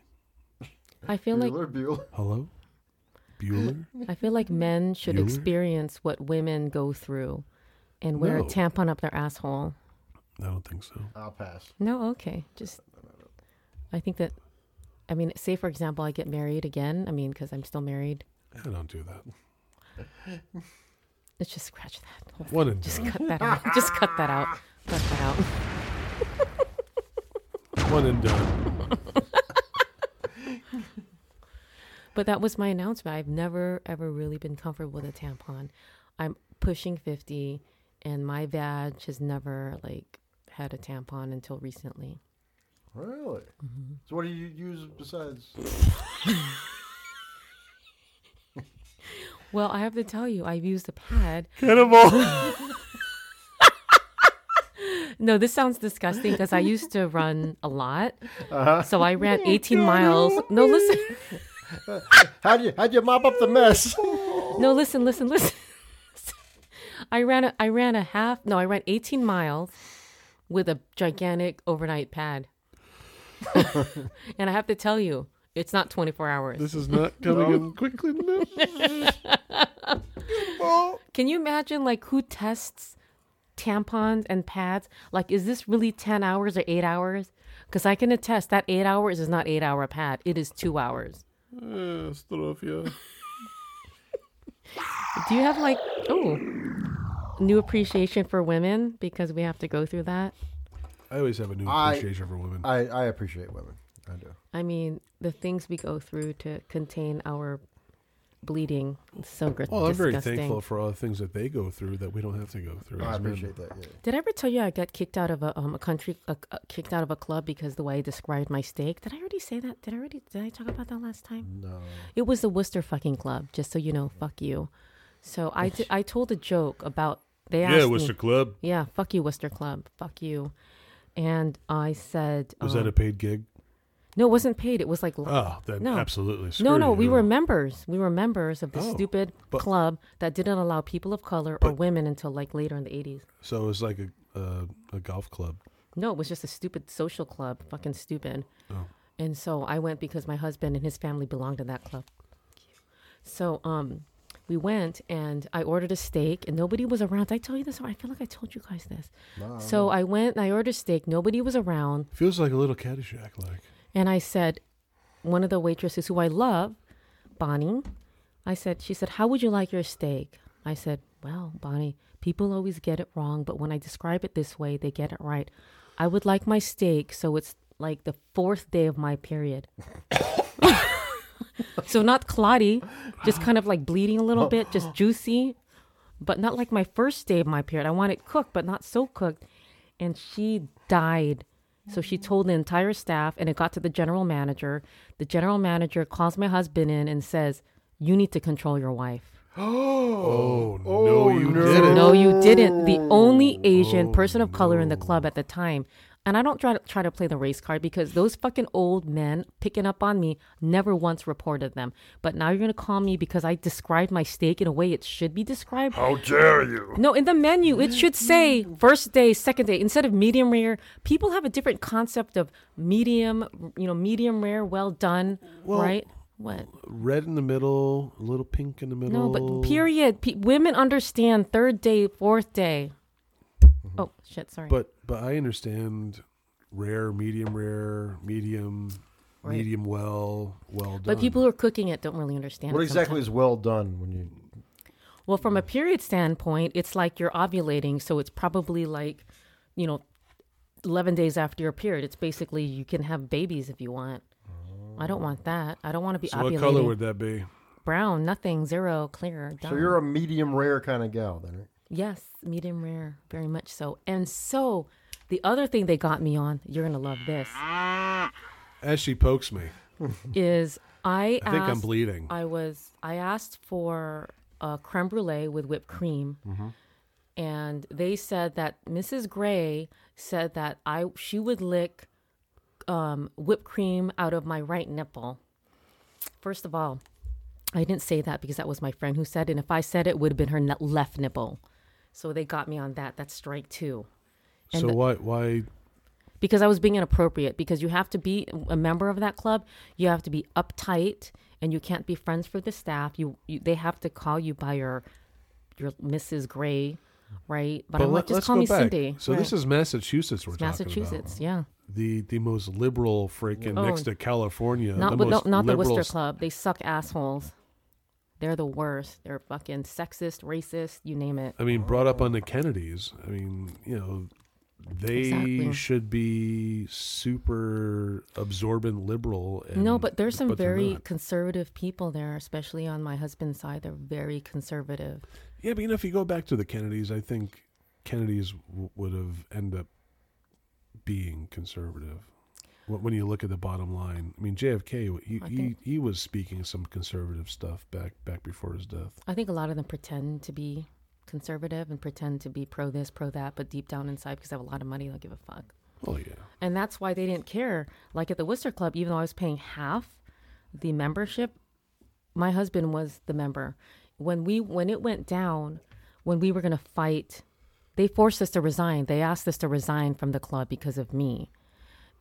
I feel like
Bueller, Bueller.
Hello, Bueller.
I feel like men should
Bueller?
experience what women go through and wear a
No.
tampon up their asshole.
I don't think so.
I'll pass.
No, okay. Just, I think that, I mean, say for example, I get married again. I mean, because I'm still married.
I don't do that.
Let's just scratch that. Whole
One and
Just
done.
cut that out. Just cut that out. Cut that out.
One and done.
But that was my announcement. I've never ever really been comfortable with a tampon. I'm pushing 50 and my vag has never like had a tampon until recently.
Really?
Mm-hmm.
So what do you use besides?
Well, I have to tell you, I've used a pad. No, this sounds disgusting because I used to run a lot. So I ran 18 miles. No, listen.
How'd you, how'd you mop up the mess?
No, listen, listen, listen. I ran a I ran a half. No, I ran 18 miles with a gigantic overnight pad. and I have to tell you, it's not 24 hours.
This is not coming in quickly enough.
Can you imagine like who tests tampons and pads? Like is this really 10 hours or 8 hours? Cuz I can attest that 8 hours is not 8 hour pad. It is 2 hours.
Uh, Strofia.
Do you have like oh, new appreciation for women because we have to go through that?
I always have a new
I-
appreciation for women.
I, I appreciate women. I do.
I mean, the things we go through to contain our bleeding. It's so gr-
well, Oh, I'm very
disgusting.
thankful for all the things that they go through that we don't have to go through.
I
as men.
appreciate that. Yeah.
Did I ever tell you I got kicked out of a, um, a country, uh, uh, kicked out of a club because the way I described my steak? Did I already say that? Did I already, did I talk about that last time? No. It was the Worcester fucking club, just so you know, fuck you. So I, did, I told a joke about, they asked
Yeah,
me-
Worcester Club.
Yeah, fuck you, Worcester Club. Fuck you. And I said,
Was
um,
that a paid gig?
no, it wasn't paid. It was like,
Oh, then
No.
absolutely.
No,
screw
no, we
you.
were members. We were members of the
Oh,
stupid
but-
club that didn't allow people of color or women until like later in the 80s.
So it was like a uh, a golf club.
No, it was just a stupid social club, fucking stupid.
Oh.
And so I went because my husband and his family belonged to that club. So um, we went and I ordered a steak and nobody was around. Did I tell you this? I feel like I told you guys this. So I went and I ordered steak. Nobody was around.
Feels like a little Caddyshack, like
And I said, one of the waitresses who I love, Bonnie, I said, she said, How would you like your steak? I said, Well, Bonnie, people always get it wrong, but when I describe it this way, they get it right. I would like my steak so it's like the fourth day of my period. so not clotty, just kind of like bleeding a little bit, just juicy, but not like my first day of my period. I want it cooked, but not so cooked. And she died. So she told the entire staff, and it got to the general manager. The general manager calls my husband in and says, You need to control your wife.
Oh, no, you didn't.
No, you didn't. The only
Oh.
Asian person of color in the club at the time. And I don't try to try to play the race card because those fucking old men picking up on me never once reported them. But now you're gonna call me because I described my steak in a way it should be described.
How dare you?
No, in the menu it should say first day, second day instead of medium rare. People have a different concept of medium, you know, medium rare, well done, right? What?
Red in the middle, a little pink in the
No,
middle.
but period. Pe- women understand third day, fourth day. Oh shit! Sorry.
Mm-hmm. But but I understand rare, medium rare, medium, medium well, well done.
But people who are cooking it don't really understand.
What
it
exactly
sometimes.
is well done when you?
Well, from a period standpoint, it's like you're ovulating, so it's probably like, you know, eleven days after your period. It's basically you can have babies if you want. I don't want that. I don't want to be
Oh. So
ovulating.
what color would that be?
Brown, nothing, zero, clear. Done.
So you're a medium rare kind of gal, then, right?
Yes, medium rare, very much so. And so, the other thing they got me on, you're gonna love this,
Mm. As she pokes me,
is I.
I think I'm
asked-
bleeding.
I was I asked for a creme brulee with whipped cream, and they said that Mrs. Gray said that I she would lick um, whipped cream out of my right nipple. First of all, I didn't say that because that was my friend who said, it, and if I said it, it would have been her ne- left nipple. So they got me on that. That's strike two
so why why
because I was being inappropriate. Because you have to be a member of that club, you have to be uptight, and you can't be friends with the staff. You, you they have to call you by your your Mrs. Gray, right? But, I'm like, just
let's
call
go
me
back.
Cindy.
So this is Massachusetts. We're talking about. Uh,
Massachusetts, yeah.
the the most liberal freaking
Oh.
next to California.
Not
the
with- no,
most
not the
liberal
Worcester
s-
Club. They suck assholes. They're the worst. They're fucking sexist, racist, you name it.
I mean, brought up on the Kennedys. I mean, you know, they
Exactly.
should be super absorbent liberal. And,
no, but there's some
they're
very
not.
conservative people there, especially on my husband's side. They're very conservative.
yeah. But you know, if you go back to the Kennedys, I think Kennedys w- would have end up being conservative. Wh- When you look at the bottom line, I mean, JFK, he, he, he was speaking some conservative stuff back back before his death.
I think a lot of them pretend to be conservative and pretend to be pro this, pro that, but deep down inside, because they have a lot of money, they'll give a fuck.
Oh yeah.
And that's why they didn't care. Like at the Worcester Club, even though I was paying half the membership, my husband was the member. When we when it went down, when we were gonna fight, they forced us to resign. They asked us to resign from the club because of me.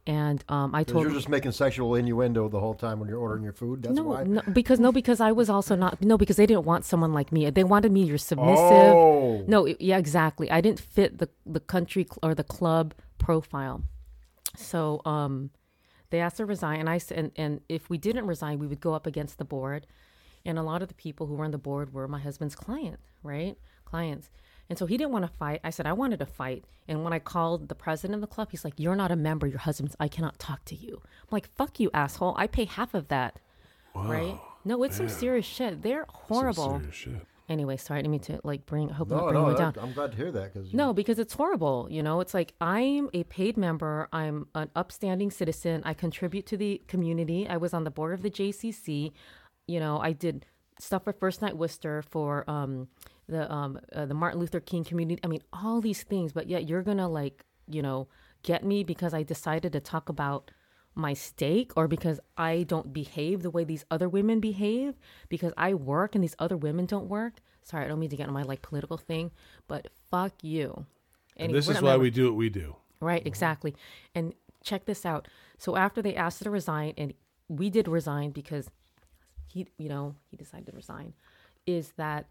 And um, I
Because
told
you're just making sexual innuendo the whole time when you're ordering your food. That's
no,
why.
no, because no, because I was also not no, because they didn't want someone like me. They wanted me your submissive.
Oh.
No, it- yeah, exactly. I didn't fit the the country cl- or the club profile, so um, they asked to resign, and I said, and, and if we didn't resign, we would go up against the board, and a lot of the people who were on the board were my husband's client, right, clients. And so he didn't want to fight. I said I wanted to fight. And when I called the president of the club, he's like, "You're not a member. Your husband's. I cannot talk to you." I'm like, "Fuck you, asshole! I pay half of that." right? No, it's some serious shit. They're horrible.
Serious shit.
Anyway, sorry, I didn't mean to like bring. I Hope I'm
no,
not bringing
no,
you down.
that, I'm glad to hear that because
No, because it's horrible. You know, it's like I'm a paid member. I'm an upstanding citizen. I contribute to the community. I was on the board of the JCC. You know, I did stuff for First Night Worcester for um, the um, uh, the Martin Luther King community. I mean, all these things. But yet, you're gonna like, you know, get me because I decided to talk about my steak or because I don't behave the way these other women behave because I work and these other women don't work. Sorry, I don't mean to get on my like political thing, but fuck you.
And
Anyway,
this
we're
is
not
why
mem-
we do what we do.
Right, exactly. And check this out. So after they asked her to resign, and we did resign because he, you know, he decided to resign, is that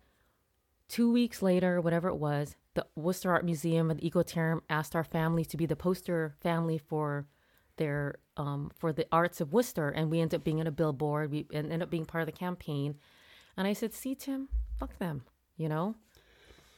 two weeks later, whatever it was, the Worcester Art Museum and the Ecoterm asked our family to be the poster family for there um, for the arts of Worcester, and we ended up being in a billboard. We and ended up being part of the campaign, and I said, "See, Tim, fuck them," you know.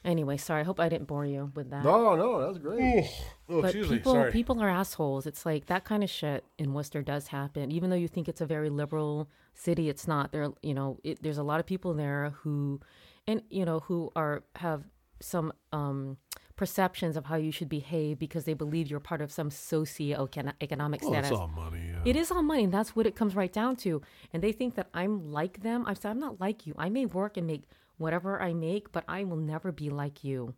Anyway, sorry. I hope I didn't bore you with that.
No, no, that's great.
Oh,
But
excuse me.
people,
Sorry.
people are assholes. It's like that kind of shit in Worcester does happen. Even though you think it's a very liberal city, it's not. There, you know, it, there's a lot of people there who, and you know, who are have some um, perceptions of how you should behave because they believe you're part of some socio-economic
Well,
status.
Oh, it's all money. Yeah.
It is all money, and that's what it comes right down to. And they think that I'm like them. I said, I'm not like you. I may work and make whatever I make, but I will never be like you,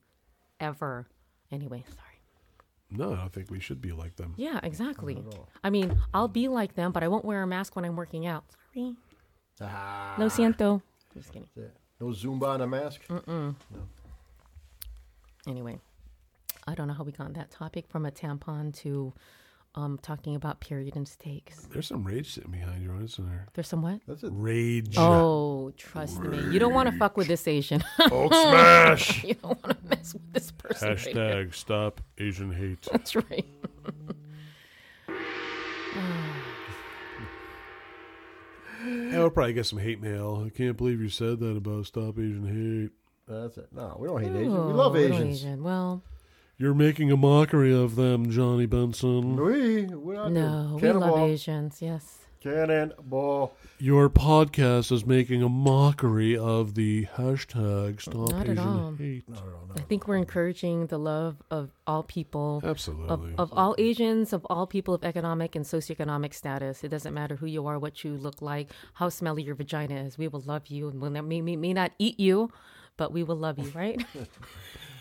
ever. Anyway, sorry.
No, I don't think we should be like them.
Yeah, exactly. I mean, I'll be like them, but I won't wear a mask when I'm working out. Sorry.
Ah,
Lo siento. Just kidding.
no Zumba on a mask.
Anyway, I don't know how we got on that topic from a tampon to um, talking about period and stakes.
There's some rage sitting behind you, isn't there?
There's some what?
That's it.
Rage.
Oh, trust me. You don't want to fuck with this Asian.
Hulk smash.
you don't want to mess with this person. right here.
Hashtag stop Asian hate.
That's right.
Yeah, we'll probably get some hate mail. I can't believe you said that about stop Asian hate.
That's it. No, we don't hate Asians. We love
Oh, little
Asians.
Asian. Well,
You're making a mockery of them, Johnny Benson.
We, we're not
no,
doing-
we
Cannonball.
love Asians. Yes.
Cannonball.
Your podcast is making a mockery of the hashtag stop
Not at all.
Asian hate.
I think we're encouraging the love of all people.
Absolutely.
of all Asians, of all people of economic and socioeconomic status. It doesn't matter who you are, what you look like, how smelly your vagina is. We will love you, and we'll ne- may, may, may not eat you, but we will love you, right?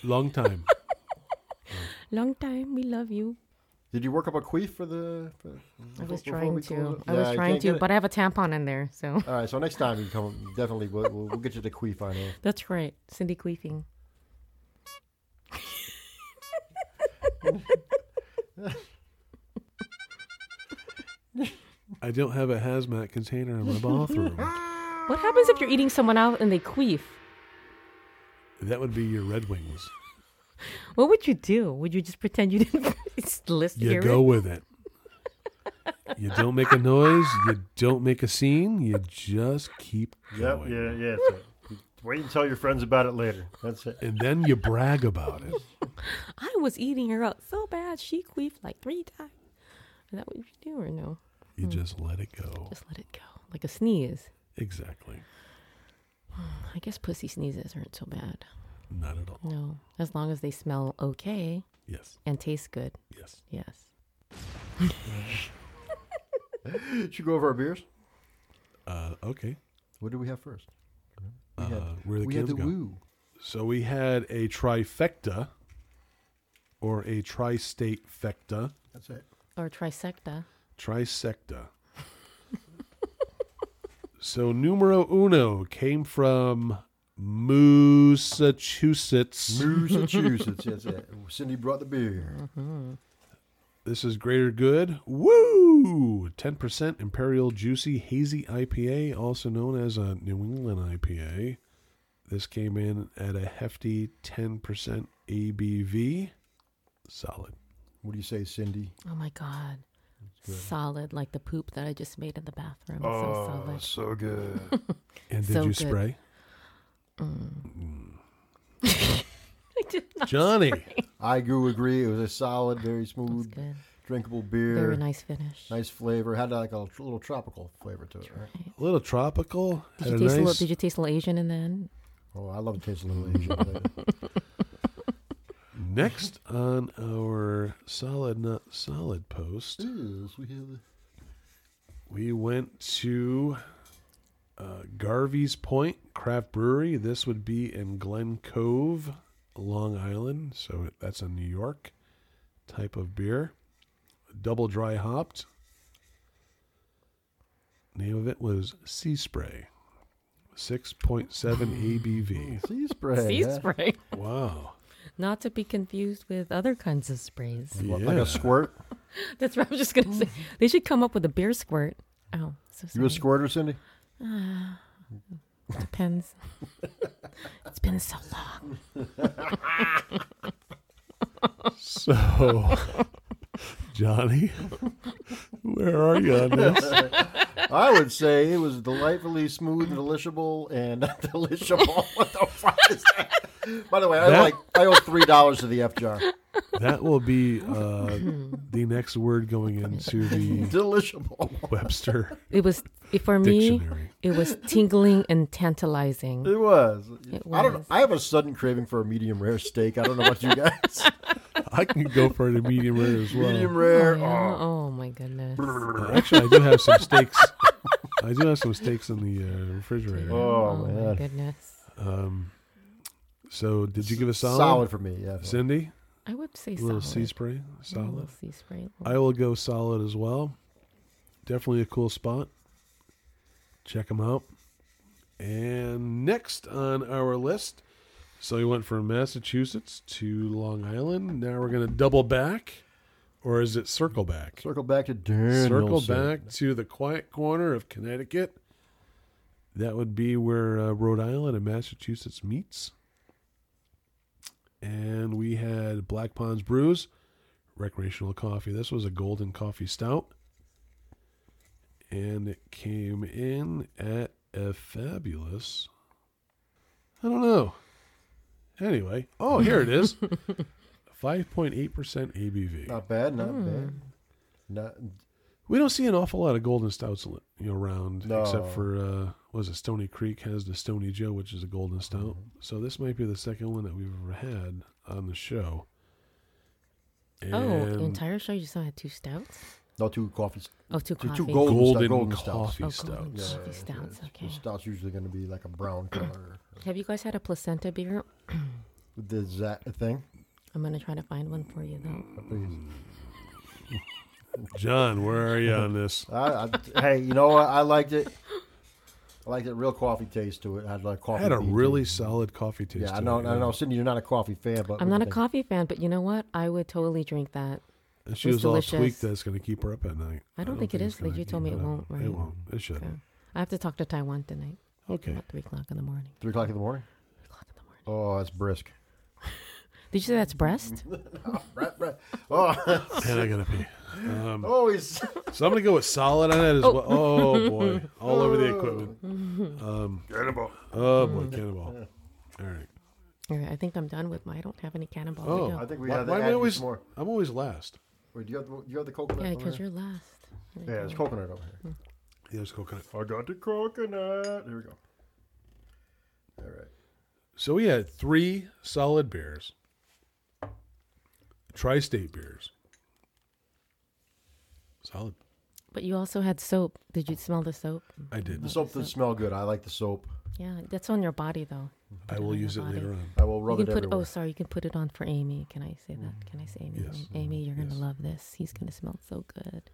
Long time.
Long time, we love you.
Did you work up a queef for the? For,
I was
before
trying
we close
to.
up?
I
Yeah,
was
you
trying
can't get
to,
it.
but I have a tampon in there, so
All right, so next time you come, definitely we'll, we'll, we'll get you the queef on air.
that's right. Cindy queefing.
I don't have a hazmat container in my bathroom.
What happens if you're eating someone out and they queef?
that would be your Red Wings.
What would you do? Would you just pretend you didn't just listen
You
hear
go
it?
with it. You don't make a noise. You don't make a scene. You just keep
Yep,
going.
yeah, yeah. That's it. Wait and tell your friends about it later. That's it.
And then you brag about it.
I was eating her out so bad she queefed like three times. Is that what you do or no?
You just let it go.
Just let it go. Like a sneeze.
Exactly.
I guess pussy sneezes aren't so bad.
Not at all.
No. As long as they smell okay
Yes.
and taste good.
Yes.
Yes.
Should we go over our beers?
Uh, okay.
What do we have first? We
Uh, where the
we had
kids
the
go.
woo.
So we had a trifecta or a tri-state fecta,
That's it.
Or trisecta.
trisecta. so numero uno came from Massachusetts.
Massachusetts. That's it. Cindy brought the beer.
This is Greater Good. Woo! 10% Imperial Juicy Hazy IPA, also known as a New England IPA. This came in at a hefty 10% ABV. Solid.
What do you say, Cindy?
Oh my God. Solid, like the poop that I just made in the bathroom. so solid.
so good.
And did
So
you
good. Mm.
spray? Mm.
I did not.
Johnny!
I do agree. It was a solid, very
It's
smooth,
good.
drinkable beer.
Very nice finish.
Nice flavor. Had like a tr- little tropical flavor to it. Right?
A little tropical.
Did
had
you, taste a
a
little,
nice-
did you taste a little Asian in then?
Oh, I love the taste of little Asian.
Next on our solid, not solid post,
Mm.
Yes, we have the-
we went to uh, Garvey's Point Craft Brewery. This would be in Glen Cove, Long Island. So that's a New York type of beer. Double dry hopped. Name of it was Sea Spray. 6.7
Mm.
ABV.
sea spray.
Sea
huh?
spray.
Wow.
Not to be confused with other kinds of sprays.
What, Like
Yeah.
a squirt.
That's what I was just going to say. They should come up with a beer squirt. Oh, so
You a
sorry.
squirter, Cindy?
Depends. it's been so long.
So, Johnny, Where are you on this?
I would say it was delightfully smooth and delishable and delishable. What the fuck is that? By the way, I
That-
owe like I owe three dollars to the F jar.
that will be uh, the next word going into the
Delishable.
Webster.
It was it, for
Dictionary.
me. It was tingling and tantalizing.
It was.
It
I don't.
was.
I have a sudden craving for a medium rare steak. I don't know about you guys.
I can go for the medium rare as well.
medium rare.
Yeah, Oh my goodness.
Uh, actually, I do have some steaks. I do have some steaks in the uh, refrigerator.
Oh,
Oh my
man.
goodness.
So, did you give a solid?
Solid for me. Yeah.
Cindy,
I would say
a little
solid.
sea spray,
Yeah, a little
solid.
sea spray.
I will go solid as well. Definitely a cool spot. Check them out. And next on our list, so we went from Massachusetts to Long Island. Now we're going to double back, or is it circle back?
Circle back to Dan.
Circle
Nelson.
back to the quiet corner of Connecticut. That would be where uh, Rhode Island and Massachusetts meets. And we had Black Ponds Brews, recreational coffee. This was a golden coffee stout. And it came in at a fabulous. I don't know. Anyway, oh, here it is 5.8% ABV.
Not bad. Not
Hmm.
bad. Not,
We don't see an awful lot of golden stouts li- you know, around,
No.
except for uh, was it Stony Creek has the Stony Joe, which is a golden stout.
Mm-hmm.
So this might be the second one that we've ever had on the show. And
Oh, the entire show you still had two stouts?
not two coffees.
Oh, two
Two-
coffee.
two gold-
golden,
stout- golden stouts.
coffee
Oh, golden
stouts.
coffee stouts. Okay.
Stout's usually going to be like a brown color.
Have you guys had a placenta beer?
Is that a thing?
I'm gonna try to find one for you though.
John, where are you on this?
I, I, hey, you know what? I liked it. I liked it. Real coffee taste to it. I had like
I
coffee.
had a
bean
really
taste.
solid coffee taste.
mm-hmm. Yeah, I
to
know.
it,
I know, Cindy. You're not a coffee fan, but
I'm not
what
a
do you think?
coffee fan, but you know what? I would totally drink that.
And she
It
was,
was
all
delicious.
tweaked that's going to keep her up at night.
I don't think it is,
it's gonna
like you
keep
told me
her
it
up.
won't,
It
right?
won't. It shouldn't.
Okay. I have to talk to Taiwan tonight
Okay.
at three o'clock in the morning.
Three o'clock in the morning.
Three o'clock in the morning.
Oh, that's brisk.
Did you say that's breast?
Right, right. Oh,
And I got to pee.
Mm.
always.
So I'm gonna go with solid on that as well. Oh boy, all over
Oh.
the equipment. Um, cannonball. Oh
Mm.
boy, cannonball. All right.
All right, I think I'm done with my. I don't have any cannonball.
Oh.
to go.
I think we
Why,
have to
why am
add
I
you
always?
some more.
I'm always last.
Wait, do you have the, you have the coconut?
yeah,
over
because
there?
you're Mm. last.
yeah, there's coconut over here.
Yeah, there's coconut.
I got the coconut. Here we go.
All right.
So we had three solid beers, tri-state beers. Solid.
But you also had soap. Did you smell the soap?
I did.
The soap does smell good. I like the soap.
Yeah, that's on your body though.
I will use it later on.
I will rub
you
it
can put.
everywhere.
Oh, sorry. You can put it on for Amy. Can I say that? Can I say Amy?
Yes.
Amy, you're gonna love this. He's gonna smell so good.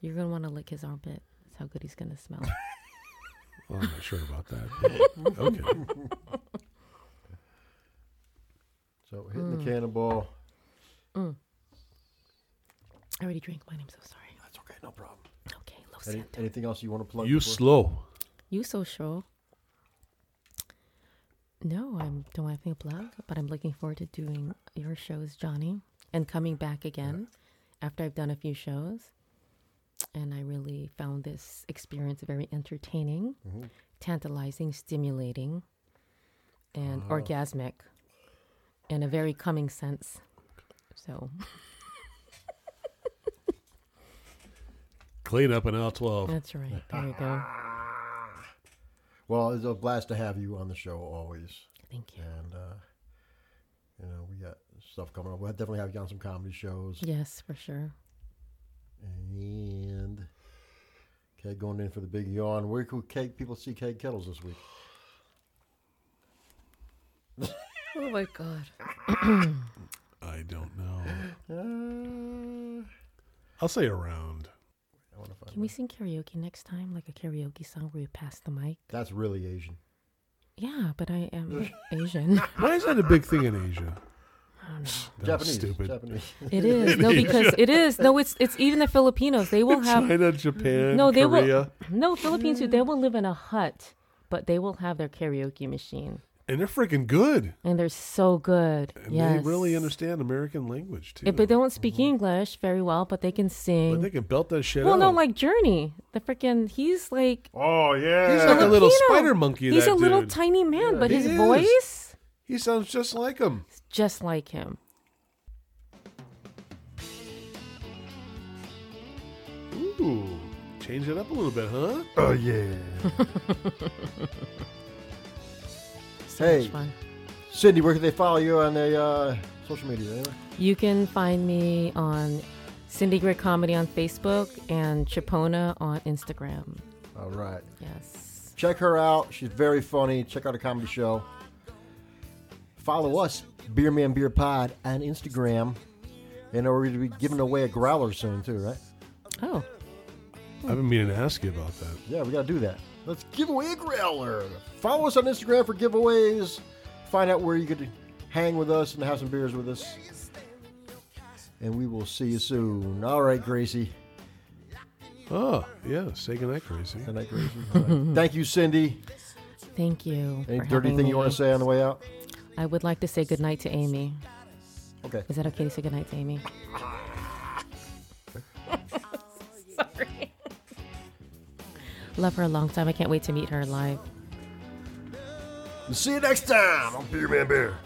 You're gonna want to lick his armpit. That's how good he's gonna smell.
Well, I'm not sure about that. but Okay.
So hitting the cannonball.
I already drank mine. I'm so sorry.
That's okay, no problem.
Okay, low
Any,
scent.
anything else you want to plug?
You
before-
slow.
You so sure? No, I'm don't have anything to plug, but I'm looking forward to doing your shows, Johnny, and coming back again after I've done a few shows. And I really found this experience very entertaining, tantalizing, stimulating, and orgasmic in a very coming sense. So
Clean up an L12.
that's right. There you go.
well, it's a blast to have you on the show always,
Thank you.
and uh, you know we got stuff coming up. We'll definitely have you on some comedy shows,
Yes, for sure.
and Keg going in for the big yawn. Where could Keg people see Keg Kettles this week?
Oh my god.
I don't know.
Uh,
I'll say around.
Can we sing karaoke next time, like a karaoke song where you pass the mic?
that's really Asian.
Yeah, but I am Asian.
Why is that a big thing in Asia? That's
Japanese,
stupid.
Japanese.
It is no, because it is no. It's it's even the Filipinos. They will have
China, Japan,
no. They
Korea.
will no Philippines. They will live in a hut, but they will have their karaoke machine.
and they're freaking good.
and they're so good.
And
yes.
They really understand American language too.
Yeah, but they don't speak English very well, but they can sing.
But they can belt that shit
well,
out.
no, like Journey, the freaking he's like
Oh yeah.
He's like a little
Filipino.
spider monkey.
He's
that
a little
dude.
tiny man, but
he
his
is.
voice
He sounds just like him.
is just like him.
Ooh, change it up a little bit, huh?
oh yeah.
So
Hey.
much fun.
Cindy, where can they follow you on the uh, social media? Anyway?
You can find me on Cindy Gray Comedy on Facebook and Chipona on Instagram.
All right.
Yes.
Check her out. She's very funny. Check out her comedy show. Follow us, Beer Man Beer Pod, on Instagram. And we're going to be giving away a growler soon, too, right?
Oh,
I've been meaning to ask you about that.
Yeah, we got to do that. Let's give away a growler. Follow us on Instagram for giveaways. Find out where you could hang with us and have some beers with us. And we will see you soon. All right, Gracie.
Oh, yeah. Say goodnight, Gracie.
Good night, Gracie. All right. Thank you, Cindy.
thank you.
Any
for
dirty
having
thing you want
me.
to say on the way out?
I would like to say goodnight to Amy.
Okay.
Is that okay to say goodnight to Amy? Sorry. Love her a long time. I can't wait to meet her live.
See you next time on Beer Man Beer.